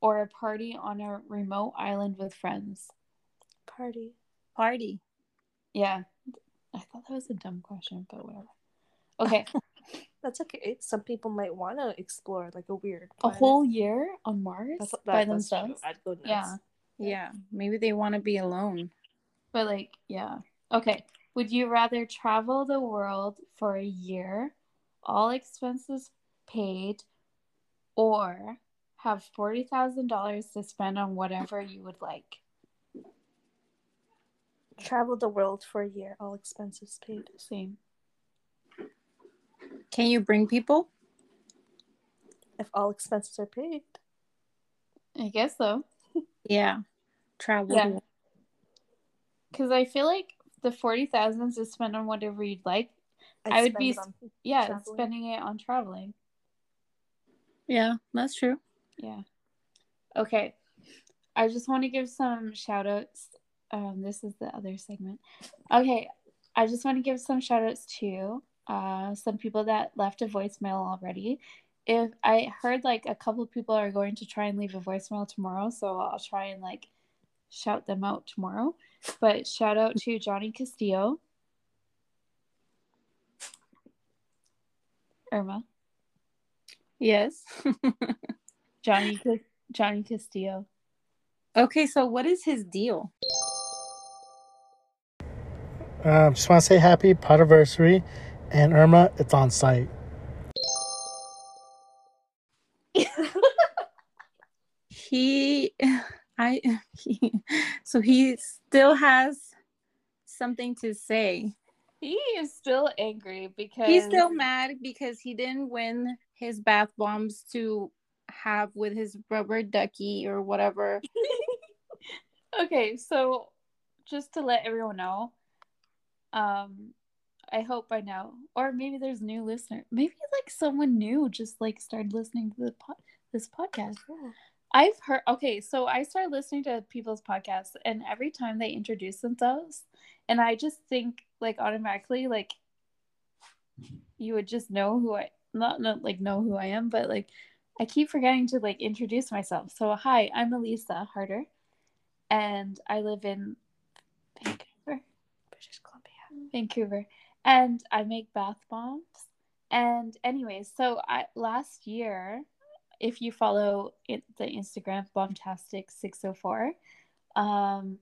Speaker 1: or a party on a remote island with friends?
Speaker 3: Party.
Speaker 2: Party.
Speaker 1: Yeah. I thought that was a dumb question, but whatever. Okay.
Speaker 3: That's okay. Some people might want to explore like a weird
Speaker 1: a
Speaker 3: planet.
Speaker 1: whole year on Mars
Speaker 3: That's- that-
Speaker 1: by
Speaker 3: that's true.
Speaker 1: themselves.
Speaker 3: I'd go nuts.
Speaker 1: Yeah.
Speaker 2: Yeah. Maybe they want to be alone.
Speaker 1: But like, yeah. Okay. Would you rather travel the world for a year, all expenses paid, or have $40,000 to spend on whatever you would like?
Speaker 3: Travel the world for a year, all expenses paid.
Speaker 1: Same.
Speaker 2: Can you bring people?
Speaker 3: If all expenses are paid,
Speaker 1: I guess so.
Speaker 2: Yeah. Travel.
Speaker 1: Yeah. Because I feel like the 40000 to spend on whatever you'd like.
Speaker 3: I'd
Speaker 1: I would
Speaker 3: spend
Speaker 1: be
Speaker 3: it on-
Speaker 1: Yeah,
Speaker 3: Traveling.
Speaker 1: spending it on traveling.
Speaker 2: Yeah, that's true.
Speaker 1: Yeah. Okay. I just want to give some shout outs. Um, this is the other segment. Okay. I just want to give some shout outs to uh, some people that left a voicemail already. If I heard like a couple people are going to try and leave a voicemail tomorrow, so I'll try and like shout them out tomorrow. But shout out to Johnny Castillo, Irma.
Speaker 2: Yes.
Speaker 1: Johnny Ca- Johnny Castillo.
Speaker 2: okay, so what is his deal?
Speaker 10: Uh, just want to say happy Potiversary. And Irma, it's on site.
Speaker 2: He I he, so he still has something to say.
Speaker 1: He is still angry because
Speaker 2: He's still mad because he didn't win his bath bombs to have with his rubber ducky or whatever.
Speaker 1: Okay, so just to let everyone know, um, I hope by now, or maybe there's new listener, maybe like someone new just like started listening to the pod, this podcast. I've heard. Okay, so I started listening to people's podcasts, and every time they introduce themselves, and I just think like automatically like you would just know who I not not like know who I am, but like I keep forgetting to like introduce myself. So hi, I'm Elisa Harder and I live in Vancouver, British Columbia, Vancouver, and I make bath bombs. And anyways, so I last year, if you follow it, the Instagram bombtastic six hundred four, um,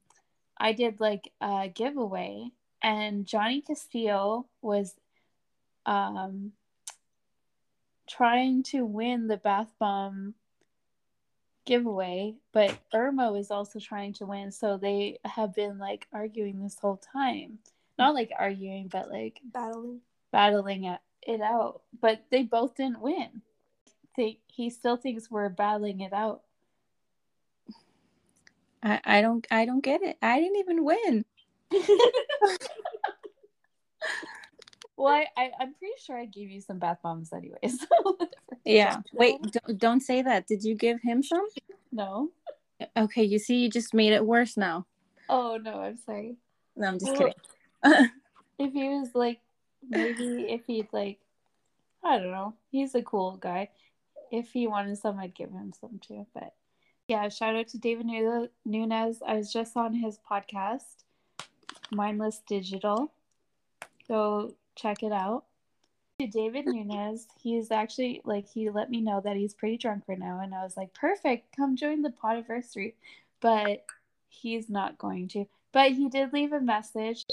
Speaker 1: I did like a giveaway, and Johnny Castillo was um trying to win the bath bomb giveaway, but Irma is also trying to win, so they have been like arguing this whole time. Not like arguing, but like
Speaker 3: Battling.
Speaker 1: battling it it out. But they both didn't win. They, he still thinks we're battling it out.
Speaker 2: I, I don't I don't get it. I didn't even win.
Speaker 1: Well, I, I, I'm pretty sure I gave you some bath bombs anyway. So whatever.
Speaker 2: Yeah. Wait, don't, don't say that. Did you give him some?
Speaker 1: No.
Speaker 2: Okay, you see, you just made it worse now.
Speaker 1: Oh no, I'm sorry.
Speaker 2: No, I'm just
Speaker 1: Well,
Speaker 2: kidding.
Speaker 1: if he was like maybe if he'd like I don't know. He's a cool guy. If he wanted some, I'd give him some too. But yeah, shout out to David Nu- Nunez. I was just on his podcast, Mindless Digital. Go check it out. To David Nunez, he's actually like he let me know that he's pretty drunk right now, and I was like, perfect, come join the podiversary. But he's not going to. But he did leave a message.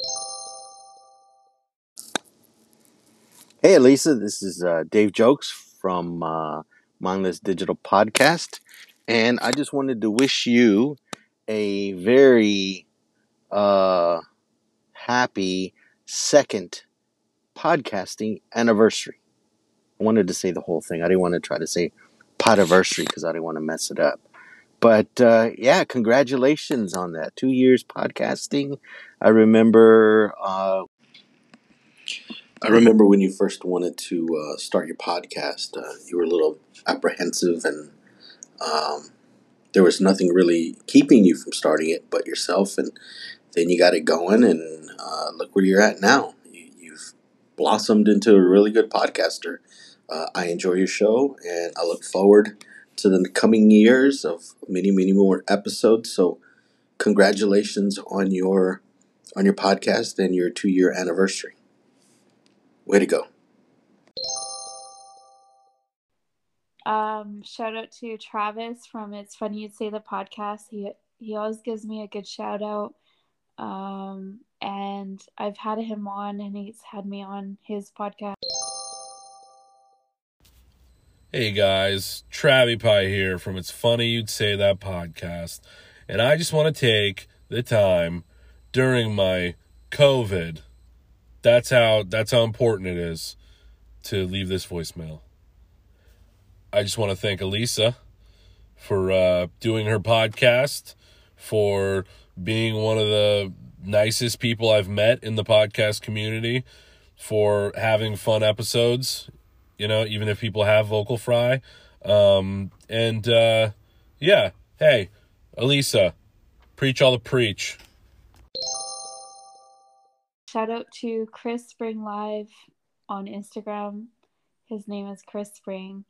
Speaker 11: Hey, Lisa, this is uh, Dave Jokes from uh, Mindless Digital Podcast. And I just wanted to wish you a very uh, happy second podcasting anniversary. I wanted to say the whole thing. I didn't want to try to say podiversary because I didn't want to mess it up. But uh, yeah, congratulations on that. Two years podcasting. I remember uh, I remember when you first wanted to uh, start your podcast, uh, you were a little apprehensive, and um, there was nothing really keeping you from starting it but yourself. And then you got it going, and uh, look where you're at now. You, you've blossomed into a really good podcaster. Uh, I enjoy your show, and I look forward to the coming years of many, many more episodes. So, congratulations on your on your podcast and your two year anniversary. Way to go!
Speaker 1: Um, shout out to Travis from It's Funny You'd Say the podcast. He he always gives me a good shout out. Um, and I've had him on, and he's had me on his podcast.
Speaker 12: Hey guys, Travie Pie here from It's Funny You'd Say That podcast. And I just want to take the time during my COVID. That's how that's how important it is to leave this voicemail. I just want to thank Elisa for uh, doing her podcast, for being one of the nicest people I've met in the podcast community, for having fun episodes, you know, even if people have vocal fry. Um, and uh, yeah, hey, Elisa, preach all the preach.
Speaker 1: Shout out to Chris Spring Live on Instagram. His name is Chris Spring,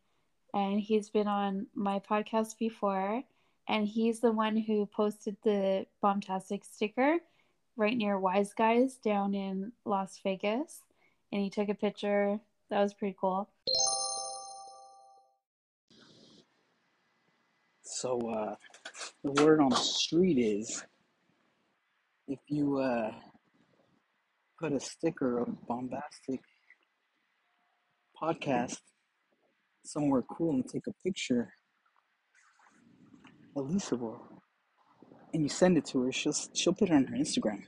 Speaker 1: and he's been on my podcast before. And he's the one who posted the bombastic sticker right near Wise Guys down in Las Vegas. And he took a picture. That was pretty cool.
Speaker 13: So uh, the word on the street is if you uh, put a sticker of bombastic podcast somewhere cool and take a picture Elisa will, and you send it to her, she'll she'll put it on her Instagram.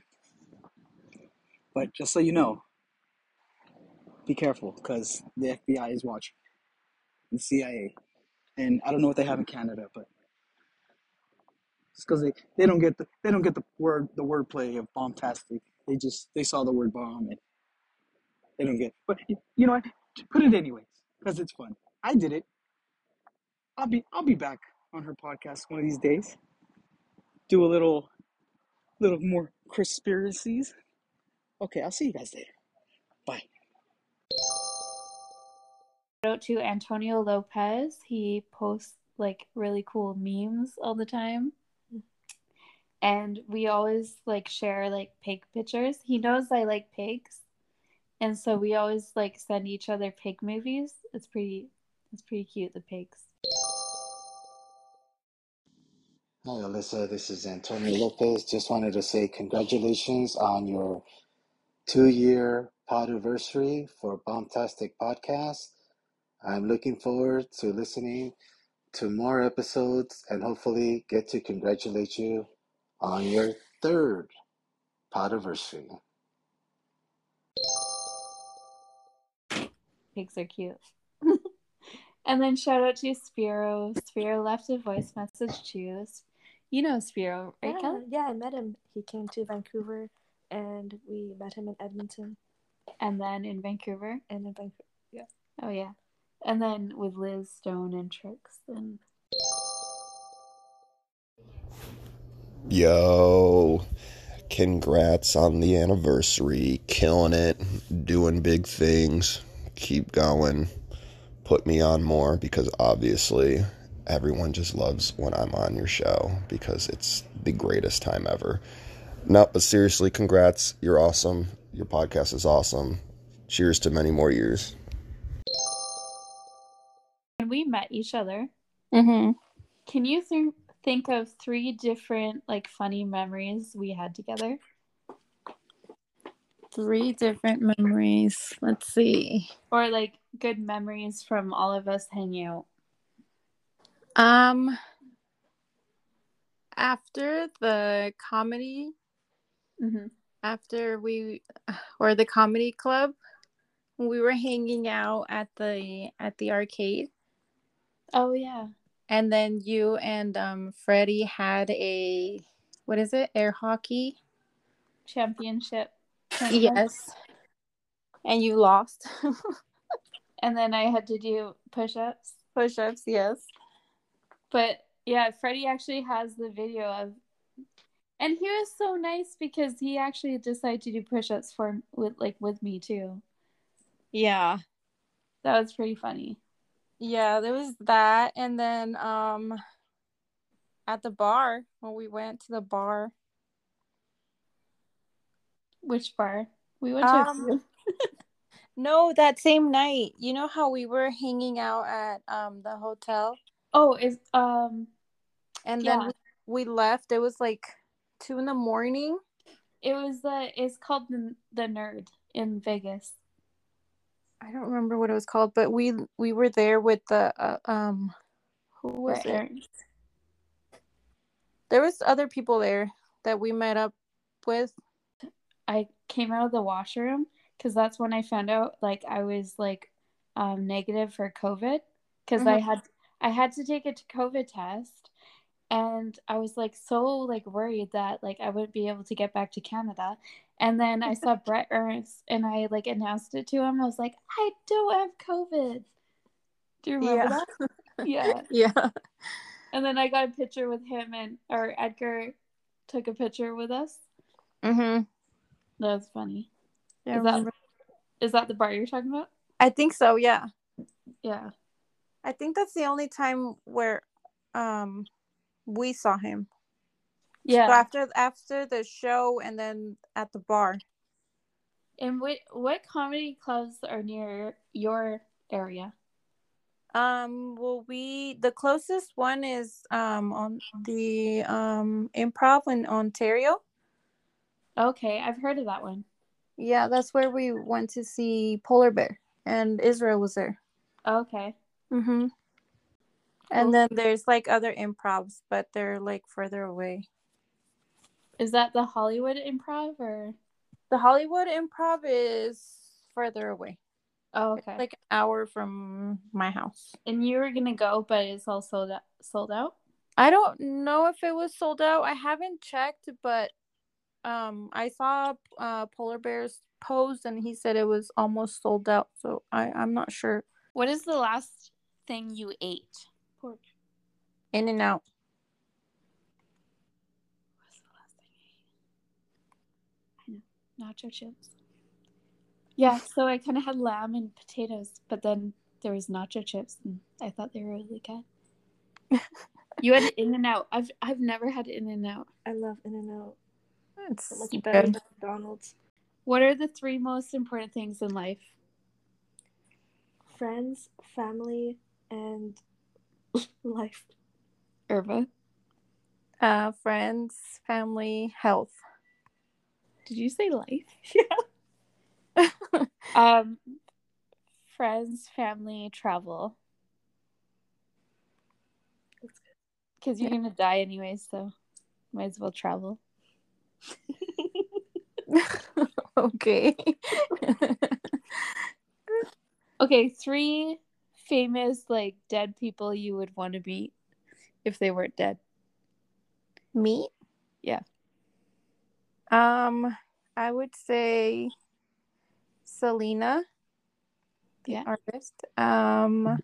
Speaker 13: But just so you know, be careful because the FBI is watching, the CIA, and I don't know what they have in Canada, but it's because they, they don't get the they don't get the word the wordplay of bombastic. They just they saw the word bomb and they don't get. But y- you know what? Put it anyways because it's fun. I did it. I'll be I'll be back on her podcast one of these days. Do a little little more conspiracies. Okay, I'll see you guys later. Bye.
Speaker 1: Shout out to Antonio Lopez. He posts like really cool memes all the time. And we always like share like pig pictures. He knows I like pigs. And so we always like send each other pig movies. It's pretty it's pretty cute, the pigs.
Speaker 14: Hi, Alyssa. This is Antonio Lopez. Just wanted to say congratulations on your two year podiversary for Bombtastic Podcast. I'm looking forward to listening to more episodes and hopefully get to congratulate you on your third podiversary.
Speaker 1: Pigs are cute. and then shout out to Spiro. Spiro left a voice message too. You know Spiro, right?
Speaker 3: Yeah,
Speaker 1: Kelly?
Speaker 3: yeah, I met him. He came to Vancouver and we met him in Edmonton.
Speaker 1: And then in Vancouver.
Speaker 3: And in Vancouver. Yeah.
Speaker 1: Oh yeah. And then with Liz Stone and Trix and
Speaker 15: Yo, congrats on the anniversary. Killing it, doing big things. Keep going. Put me on more because obviously everyone just loves when I'm on your show because it's the greatest time ever. No, but seriously, congrats. You're awesome. Your podcast is awesome. Cheers to many more years.
Speaker 1: when we met each other,
Speaker 2: Mm-hmm.
Speaker 1: can you th- think of three different like funny memories we had together?
Speaker 2: Three different memories. Let's see.
Speaker 1: Or like good memories from all of us hanging out.
Speaker 2: Um, after the comedy,
Speaker 1: Mm-hmm.
Speaker 2: after we or the comedy club, we were hanging out at the at the arcade,
Speaker 1: Oh yeah.
Speaker 2: and then you and um Freddie had a what is it air hockey?
Speaker 1: Championship. tournament.
Speaker 2: Yes, and you lost
Speaker 1: And then I had to do push ups.
Speaker 2: push ups. Yes.
Speaker 1: But yeah, Freddie actually has the video of and he was so nice because he actually decided to do push ups for with like with me too.
Speaker 2: Yeah.
Speaker 1: That was pretty funny.
Speaker 2: Yeah, there was that, and then um at the bar when we went to the bar.
Speaker 1: Which bar? We went to a
Speaker 2: Um,
Speaker 1: few.
Speaker 2: no, that same night. You know how we were hanging out at um the hotel,
Speaker 1: Oh, is um
Speaker 2: and then
Speaker 1: yeah.
Speaker 2: we, we left. It was like two in the morning.
Speaker 1: It was the it's called the the nerd in Vegas.
Speaker 2: I don't remember what it was called, but we we were there with the uh, um who was
Speaker 1: Right.
Speaker 2: it? There was other people there that we met up with.
Speaker 1: I came out of the washroom because that's when I found out like I was like um, negative for COVID because I
Speaker 2: Mhm.
Speaker 1: had I had to take a t- COVID test and I was like so like worried that like I wouldn't be able to get back to Canada. And then I saw Brett Ernst and I like announced it to him. I was like, I don't have COVID. Do you remember
Speaker 2: Yeah,
Speaker 1: that? Yeah.
Speaker 2: yeah,
Speaker 1: And then I got a picture with him and or Edgar took a picture with us.
Speaker 2: mm-hmm.
Speaker 1: That was funny.
Speaker 2: Yeah, I
Speaker 1: Is that
Speaker 2: remember.
Speaker 1: is that the bar you're talking about?
Speaker 2: I think so. Yeah.
Speaker 1: Yeah.
Speaker 2: I think that's the only time where um we saw him. So
Speaker 1: Yeah.
Speaker 2: after after the show and then at the bar.
Speaker 1: And what what comedy clubs are near your area?
Speaker 2: Um, well, we the closest one is um on the um improv in Ontario.
Speaker 1: Okay, I've heard of that one.
Speaker 2: Yeah, that's where we went to see Polar Bear, and Israel was there.
Speaker 1: Okay.
Speaker 2: Mm-hmm. Oh. And then there's like other improvs, but they're like further away.
Speaker 1: Is that the Hollywood improv or?
Speaker 2: The Hollywood improv is further away.
Speaker 1: Oh, okay.
Speaker 2: Like an hour from my house.
Speaker 1: And you were gonna go, but it's all sold out. Sold out.
Speaker 2: I don't know if it was sold out. I haven't checked, but um I saw uh polar bears post and he said it was almost sold out, so I I'm not sure.
Speaker 1: What is the last thing you ate? Pork.
Speaker 2: In and out.
Speaker 1: Nacho chips. Yeah, so I kind of had lamb and potatoes, but then there was nacho chips, and I thought they were really good. you had In and Out. I've I've never had In and Out.
Speaker 3: I love In and Out.
Speaker 2: It's
Speaker 3: so much better
Speaker 1: good.
Speaker 3: than McDonald's.
Speaker 1: What are the three most important things in life?
Speaker 3: Friends, family, and life.
Speaker 1: Irva.
Speaker 2: Uh friends, family, health.
Speaker 1: Did you say life? Um, friends, family, travel. Because you're gonna die anyway, so might as well travel.
Speaker 2: okay.
Speaker 1: Okay, three famous like dead people you would want to meet if they weren't dead.
Speaker 2: Meat?
Speaker 1: Yeah.
Speaker 2: Um, I would say Selena, the
Speaker 1: Yeah.
Speaker 2: artist. Um,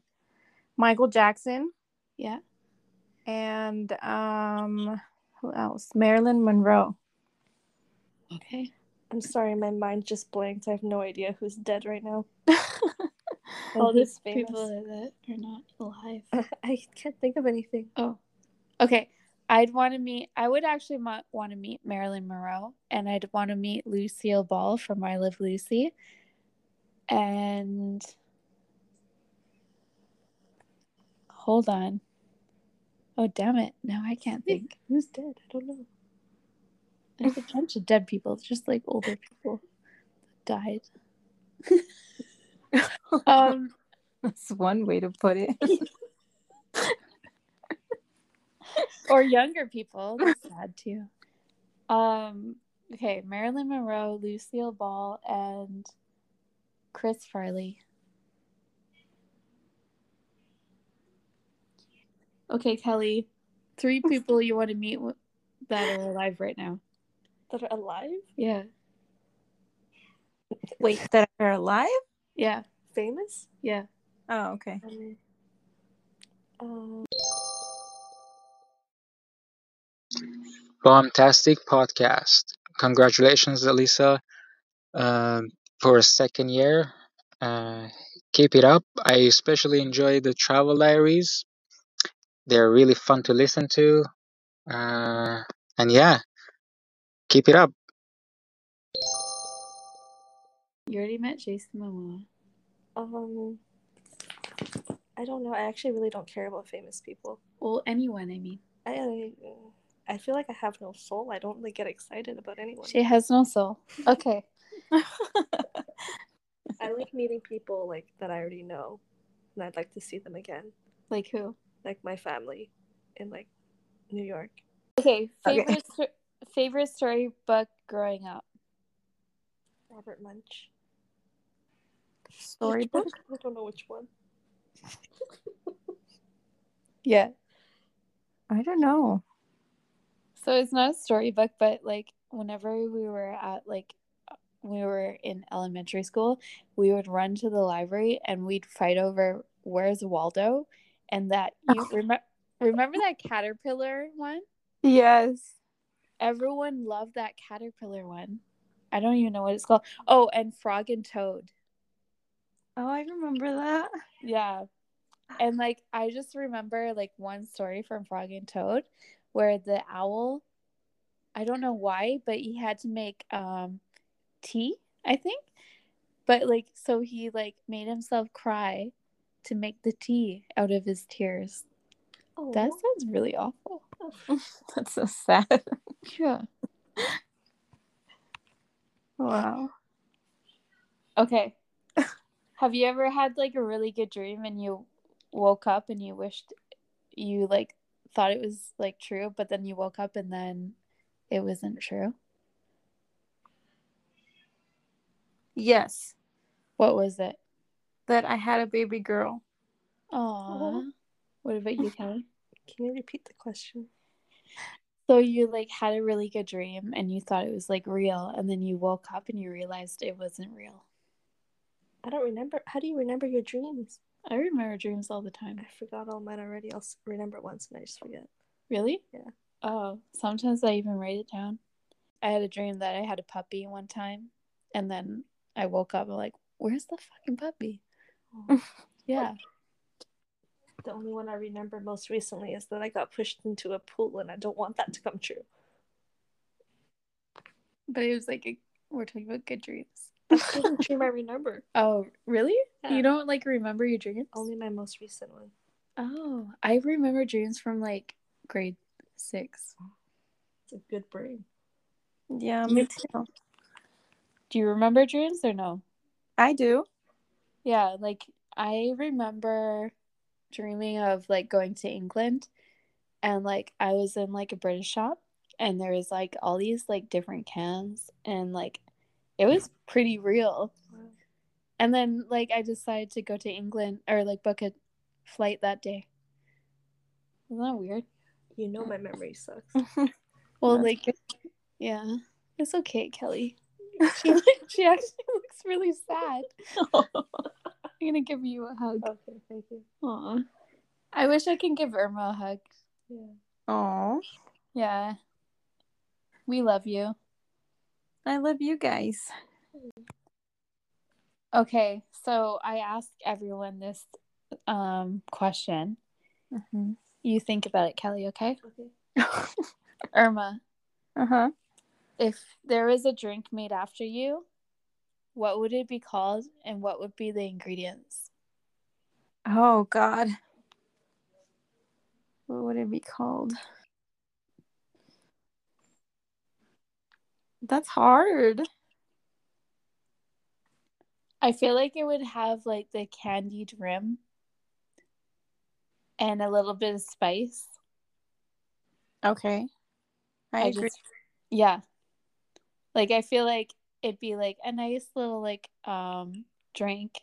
Speaker 2: Michael Jackson,
Speaker 1: Yeah.
Speaker 2: and um, who else? Marilyn Monroe.
Speaker 1: Okay.
Speaker 3: I'm sorry, my mind just blanked. I have no idea who's dead right now. And
Speaker 1: All these
Speaker 3: who's
Speaker 1: people that are not alive.
Speaker 3: I can't think of anything.
Speaker 1: Oh, okay. I'd want to meet. I would actually want to meet Marilyn Monroe, and I'd want to meet Lucille Ball from I Love Lucy, and hold on. Oh damn it! Now I can't think.
Speaker 3: Who's dead? I don't know.
Speaker 1: There's a bunch of dead people, just like older people that died. um,
Speaker 2: That's one way to put it.
Speaker 1: or younger people. That's sad too. Um. Okay, Marilyn Monroe, Lucille Ball, and Chris Farley. Okay, Kelly, three people you want to meet w- that are alive right now.
Speaker 3: That are alive?
Speaker 1: Yeah.
Speaker 2: Wait, that are alive?
Speaker 1: Yeah.
Speaker 3: Famous?
Speaker 1: Yeah.
Speaker 2: Oh, okay.
Speaker 3: Um, um,
Speaker 16: Bombtastic podcast. Congratulations, Elisa, um, for a second year. Uh, keep it up. I especially enjoy the travel diaries. They're really fun to listen to. Uh, and yeah, keep it up.
Speaker 1: You already met Jason Momoa.
Speaker 3: um, I don't know. I actually really don't care about famous people.
Speaker 1: Well, anyone, I mean.
Speaker 3: I I feel like I have no soul. I don't really get excited about anyone.
Speaker 1: She has no soul. Okay.
Speaker 3: I like meeting people like that I already know, and I'd like to see them again,
Speaker 1: Like who?
Speaker 3: like my family, in like New York.
Speaker 1: Okay,
Speaker 3: Okay.
Speaker 1: favorite sto- favorite storybook growing up.
Speaker 3: Robert Munch. Which one?
Speaker 2: Storybook?
Speaker 3: I don't know which one.
Speaker 1: Yeah.
Speaker 2: I don't know.
Speaker 1: So it's not a storybook, but like whenever we were at like we were in elementary school, we would run to the library and we'd fight over where's Waldo and that you remember remember that caterpillar one?
Speaker 2: Yes.
Speaker 1: Everyone loved that caterpillar one. I don't even know what it's called. Oh, and Frog and Toad.
Speaker 2: Oh, I remember that.
Speaker 1: Yeah. And like I just remember like one story from Frog and Toad where the owl I don't know why, but he had to make um tea, I think. But like so he like made himself cry to make the tea out of his tears.
Speaker 3: Oh.
Speaker 1: That sounds really awful.
Speaker 2: That's so sad.
Speaker 1: Yeah.
Speaker 2: Wow.
Speaker 1: Okay. Have you ever had like a really good dream and you woke up and you wished you like thought it was like true, but then you woke up and then it wasn't true?
Speaker 2: Yes,
Speaker 1: What was it?
Speaker 2: that I had a baby girl.
Speaker 1: Aw. Uh-huh. What about you, Kelly?
Speaker 3: Can you repeat the question?
Speaker 1: So you like had a really good dream and you thought it was like real and then you woke up and you realized it wasn't real.
Speaker 3: I don't remember. How do you remember your dreams?
Speaker 1: I remember dreams all the time.
Speaker 3: I forgot all mine already. I'll s- remember once and I just forget.
Speaker 1: Really?
Speaker 3: Yeah.
Speaker 1: Oh, sometimes I even write it down. I had a dream that I had a puppy one time and then I woke up and like, where's the fucking puppy? Oh. yeah.
Speaker 3: The only one I remember most recently is that I got pushed into a pool and I don't want that to come true.
Speaker 1: But it was like a, we're talking about good dreams.
Speaker 3: That's the only dream I remember.
Speaker 1: Oh, really?
Speaker 3: Yeah.
Speaker 1: You don't like remember your dreams?
Speaker 3: Only my most recent one.
Speaker 1: Oh, I remember dreams from like grade six.
Speaker 3: It's a good brain.
Speaker 2: Yeah, me too.
Speaker 1: Do you remember dreams or no?
Speaker 2: I do.
Speaker 1: Yeah, like I remember dreaming of like going to England and like I was in like a British shop and there was like all these like different cans and like it was pretty real. And then like I decided to go to England or like book a flight that day. Isn't that weird?
Speaker 3: You know my memory sucks.
Speaker 1: Well, like yeah. It's okay, Kelly. She, she actually looks really sad. I'm gonna give you a hug.
Speaker 3: Okay, thank you.
Speaker 1: Aw. I wish I can give Irma a hug.
Speaker 3: Yeah.
Speaker 2: Aw.
Speaker 1: Yeah. We love you.
Speaker 2: I love you guys.
Speaker 1: Okay, so I ask everyone this um question.
Speaker 2: Mm-hmm.
Speaker 1: You think about it, Kelly, okay?
Speaker 3: Okay.
Speaker 1: Irma,
Speaker 2: Uh huh.
Speaker 1: if there was a drink made after you, what would it be called and what would be the ingredients?
Speaker 2: Oh God. What would it be called? That's hard.
Speaker 1: I feel like it would have like the candied rim and a little bit of spice.
Speaker 2: Okay. I,
Speaker 1: I
Speaker 2: agree.
Speaker 1: just yeah. Like I feel like it'd be like a nice little like um drink.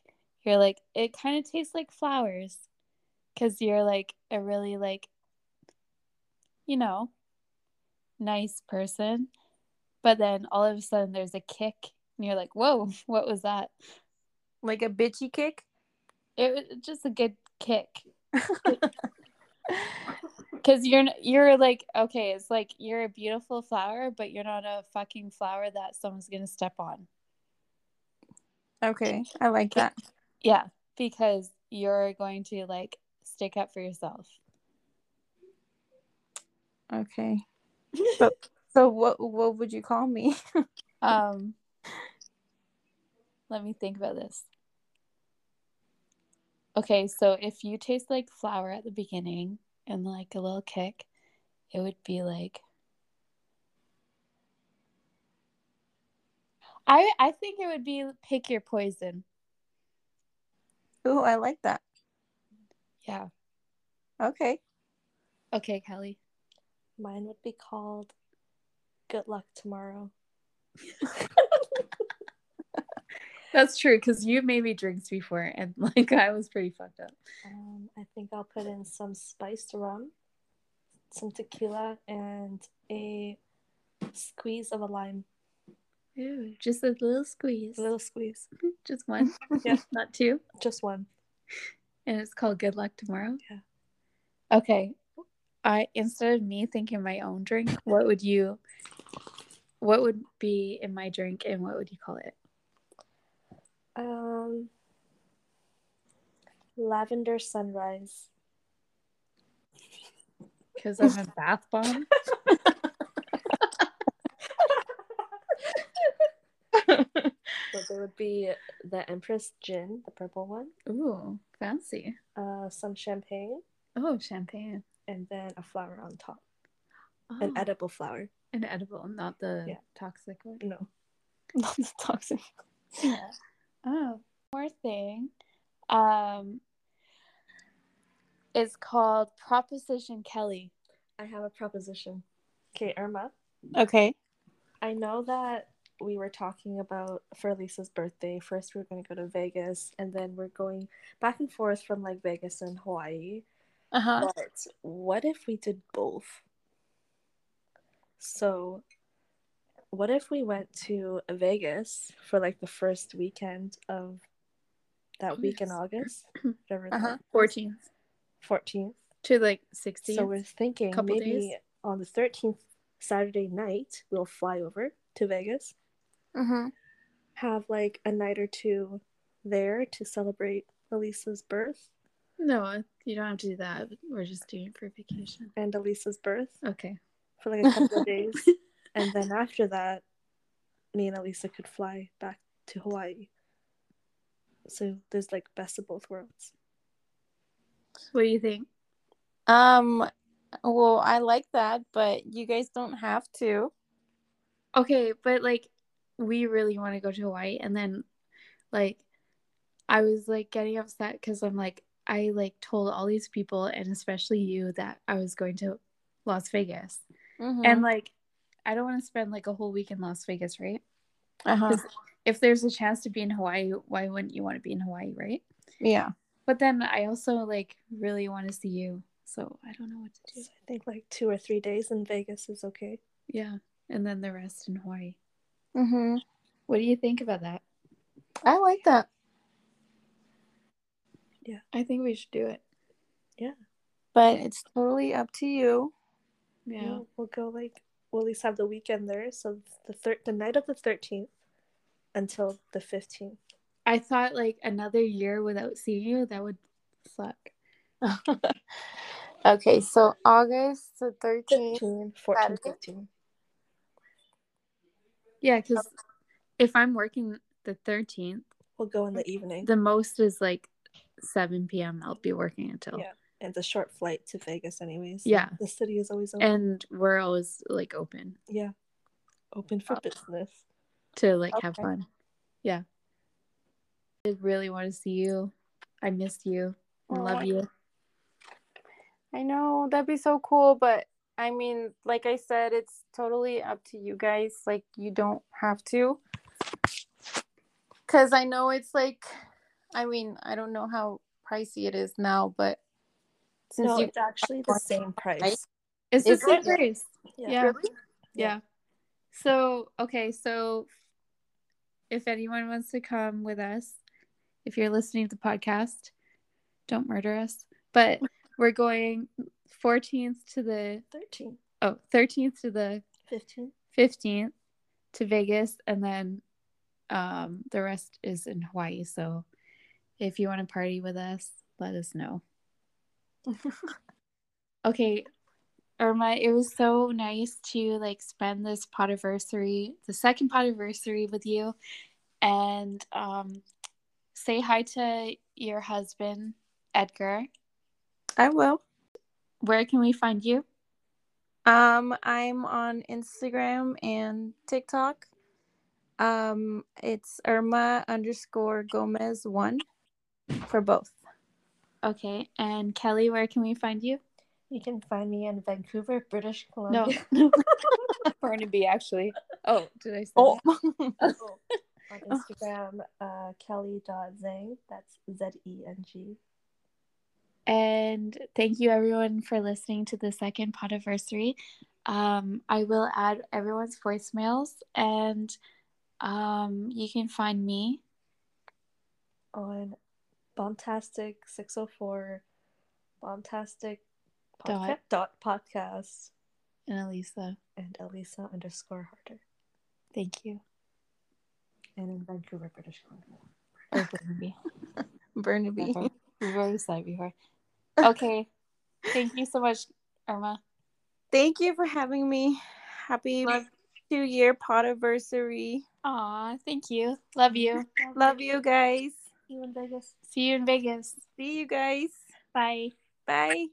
Speaker 1: You're like it kind of tastes like flowers cuz you're like a really like you know, nice person. But then all of a sudden there's a kick and you're like, "Whoa, what was that?"
Speaker 2: like a bitchy kick.
Speaker 1: It was just a good kick. Cause you're n- you're like okay, it's like you're a beautiful flower, but you're not a fucking flower that someone's gonna step on.
Speaker 2: Okay. I like that.
Speaker 1: Yeah, because you're going to like stick up for yourself.
Speaker 2: Okay. So, so what what would you call me?
Speaker 1: Um, let me think about this. Okay, so if you taste like flour at the beginning and like a little kick, it would be like I I think it would be pick your poison.
Speaker 2: Ooh, I like that.
Speaker 1: Yeah.
Speaker 2: Okay.
Speaker 1: Okay, Kelly.
Speaker 3: Mine would be called Good Luck Tomorrow.
Speaker 1: That's true because you made me drinks before, and like I was pretty fucked up.
Speaker 3: Um, I think I'll put in some spiced rum, some tequila, and a squeeze of a lime.
Speaker 1: Ew, just a little squeeze,
Speaker 3: A little squeeze.
Speaker 1: just one,
Speaker 3: Yeah.
Speaker 1: not two,
Speaker 3: Just one.
Speaker 1: and it's called Good Luck Tomorrow.
Speaker 3: Yeah.
Speaker 1: Okay, I instead of me thinking my own drink, what would you? What would be in my drink, and what would you call it?
Speaker 3: Um, lavender sunrise.
Speaker 1: Because I'm a bath bomb.
Speaker 3: So there would be the Empress gin, the purple one.
Speaker 1: Ooh, fancy.
Speaker 3: Uh, some champagne.
Speaker 1: Oh, champagne.
Speaker 3: And then a flower on top.
Speaker 1: Oh.
Speaker 3: An edible Mm. flower.
Speaker 1: An edible, not the toxic one.
Speaker 3: No. Not the toxic.
Speaker 1: Yeah. Oh, more thing. Um, it's called Proposition Kelly.
Speaker 3: I have a proposition. Okay, Irma.
Speaker 1: Okay.
Speaker 3: I know that we were talking about for Lisa's birthday. First, we are going to go to Vegas, and then we're going back and forth from like Vegas and Hawaii.
Speaker 2: Uh-huh.
Speaker 3: But what if we did both? So, what if we went to Vegas for like the first weekend of that week in August, whatever that
Speaker 1: Oh, Uh-huh. 14th
Speaker 3: 14th.
Speaker 1: to like 16th.
Speaker 3: So we're thinking
Speaker 1: Couple
Speaker 3: maybe
Speaker 1: days.
Speaker 3: on the 13th Saturday night we'll fly over to Vegas,
Speaker 2: Mm-hmm.
Speaker 3: have like a night or two there to celebrate Elisa's birth
Speaker 1: No, uh, you don't have to do that. We're just doing it for vacation.
Speaker 3: and Elisa's birth
Speaker 1: Okay.
Speaker 3: for like a couple of days, and then after that, me and Elisa could fly back to Hawaii. So there's like best of both worlds.
Speaker 1: What do you think?
Speaker 2: Um, well, I like that, but you guys don't have to.
Speaker 1: Okay, but like we really want to go to Hawaii and then like I was like getting upset cuz I'm like I like told all these people and especially you that I was going to Las Vegas. And
Speaker 2: Mhm.
Speaker 1: like I don't want to spend like a whole week in Las Vegas, right?
Speaker 2: Uh-huh.
Speaker 1: 'Cause If there's a chance to be in Hawaii, why wouldn't you want to be in Hawaii, right?
Speaker 2: Yeah.
Speaker 1: But then I also like really want to see you. So I don't know what to do.
Speaker 3: So I think like two or three days in Vegas is okay.
Speaker 1: Yeah. And then the rest in Hawaii.
Speaker 2: Mhm.
Speaker 1: What do you think about that?
Speaker 2: I like that.
Speaker 3: Yeah.
Speaker 1: I think we should do it.
Speaker 3: Yeah.
Speaker 2: But it's totally up to you.
Speaker 1: Yeah.
Speaker 3: Yeah, we'll go like we'll at least have the weekend there. So the thir- the night of the thirteenth until the fifteenth.
Speaker 1: I thought like another year without seeing you, that would suck.
Speaker 2: Okay, so August the 13th.
Speaker 3: 15, 14,
Speaker 2: Saturday?
Speaker 3: 15.
Speaker 1: Yeah, because if I'm working the 13th,
Speaker 3: We'll go in the evening.
Speaker 1: the most is like 7 p.m. I'll be working until.
Speaker 3: yeah, and it's a short flight to Vegas, anyways. so
Speaker 1: Yeah.
Speaker 3: the city is always open.
Speaker 1: And we're always like open
Speaker 3: yeah, open for business.
Speaker 1: to like have
Speaker 3: Okay.
Speaker 1: fun. Yeah. I really want to see you. I miss you. I
Speaker 2: Oh,
Speaker 1: love
Speaker 2: I-
Speaker 1: you.
Speaker 2: I know that'd be so cool, but I mean, like I said, it's totally up to you guys. Like, you don't have to. Because I know it's like, I mean, I don't know how pricey it is now, but since
Speaker 3: No,
Speaker 2: you.
Speaker 3: it's actually the same price.
Speaker 1: It's the
Speaker 2: Is
Speaker 1: same
Speaker 2: it?
Speaker 1: price.
Speaker 3: Yeah.
Speaker 1: Yeah.
Speaker 3: Yeah.
Speaker 1: Yeah. So, okay. So, if anyone wants to come with us, if you're listening to the podcast, don't murder us. But we're going 14th to the
Speaker 3: Thirteen.
Speaker 1: oh 13th to the
Speaker 3: Fifteen.
Speaker 1: 15th to Vegas, and then um, the rest is in Hawaii. So if you want to party with us, let us know. Okay, Irma, it was so nice to like spend this podiversary, the second podiversary with you, and um, say hi to your husband, Edgar.
Speaker 2: I will.
Speaker 1: Where can we find you?
Speaker 2: Um, I'm on Instagram and TikTok. Um, it's Irma underscore Gomez one for both.
Speaker 1: Okay, and Kelly, where can we find you?
Speaker 3: You can find me in Vancouver, British
Speaker 1: No,
Speaker 3: Columbia.
Speaker 1: Burnaby, actually. Oh, did I say
Speaker 2: Oh,
Speaker 1: that?
Speaker 3: on Instagram, uh, kelly.zeng. That's Z E N G.
Speaker 1: And thank you everyone for listening to the second podiversary. Um, I will add everyone's voicemails and um, you can find me.
Speaker 3: On oh Bombtastic 604, Bombtastic
Speaker 1: Dot.
Speaker 3: podca- dot podcast,
Speaker 1: And Elisa,
Speaker 3: and Elisa underscore Harder.
Speaker 1: thank you.
Speaker 3: And in Vancouver, British Columbia.
Speaker 1: Or Burnaby.
Speaker 2: Burnaby.
Speaker 1: Never. We've already said it before. Okay. Thank you so much, Irma.
Speaker 2: Thank you for having me. Happy
Speaker 1: Love-
Speaker 2: two year podiversary.
Speaker 1: Aw, thank you. Love you.
Speaker 2: Love you guys.
Speaker 1: See you in Vegas. See you in Vegas.
Speaker 2: See you guys.
Speaker 1: Bye.
Speaker 2: Bye.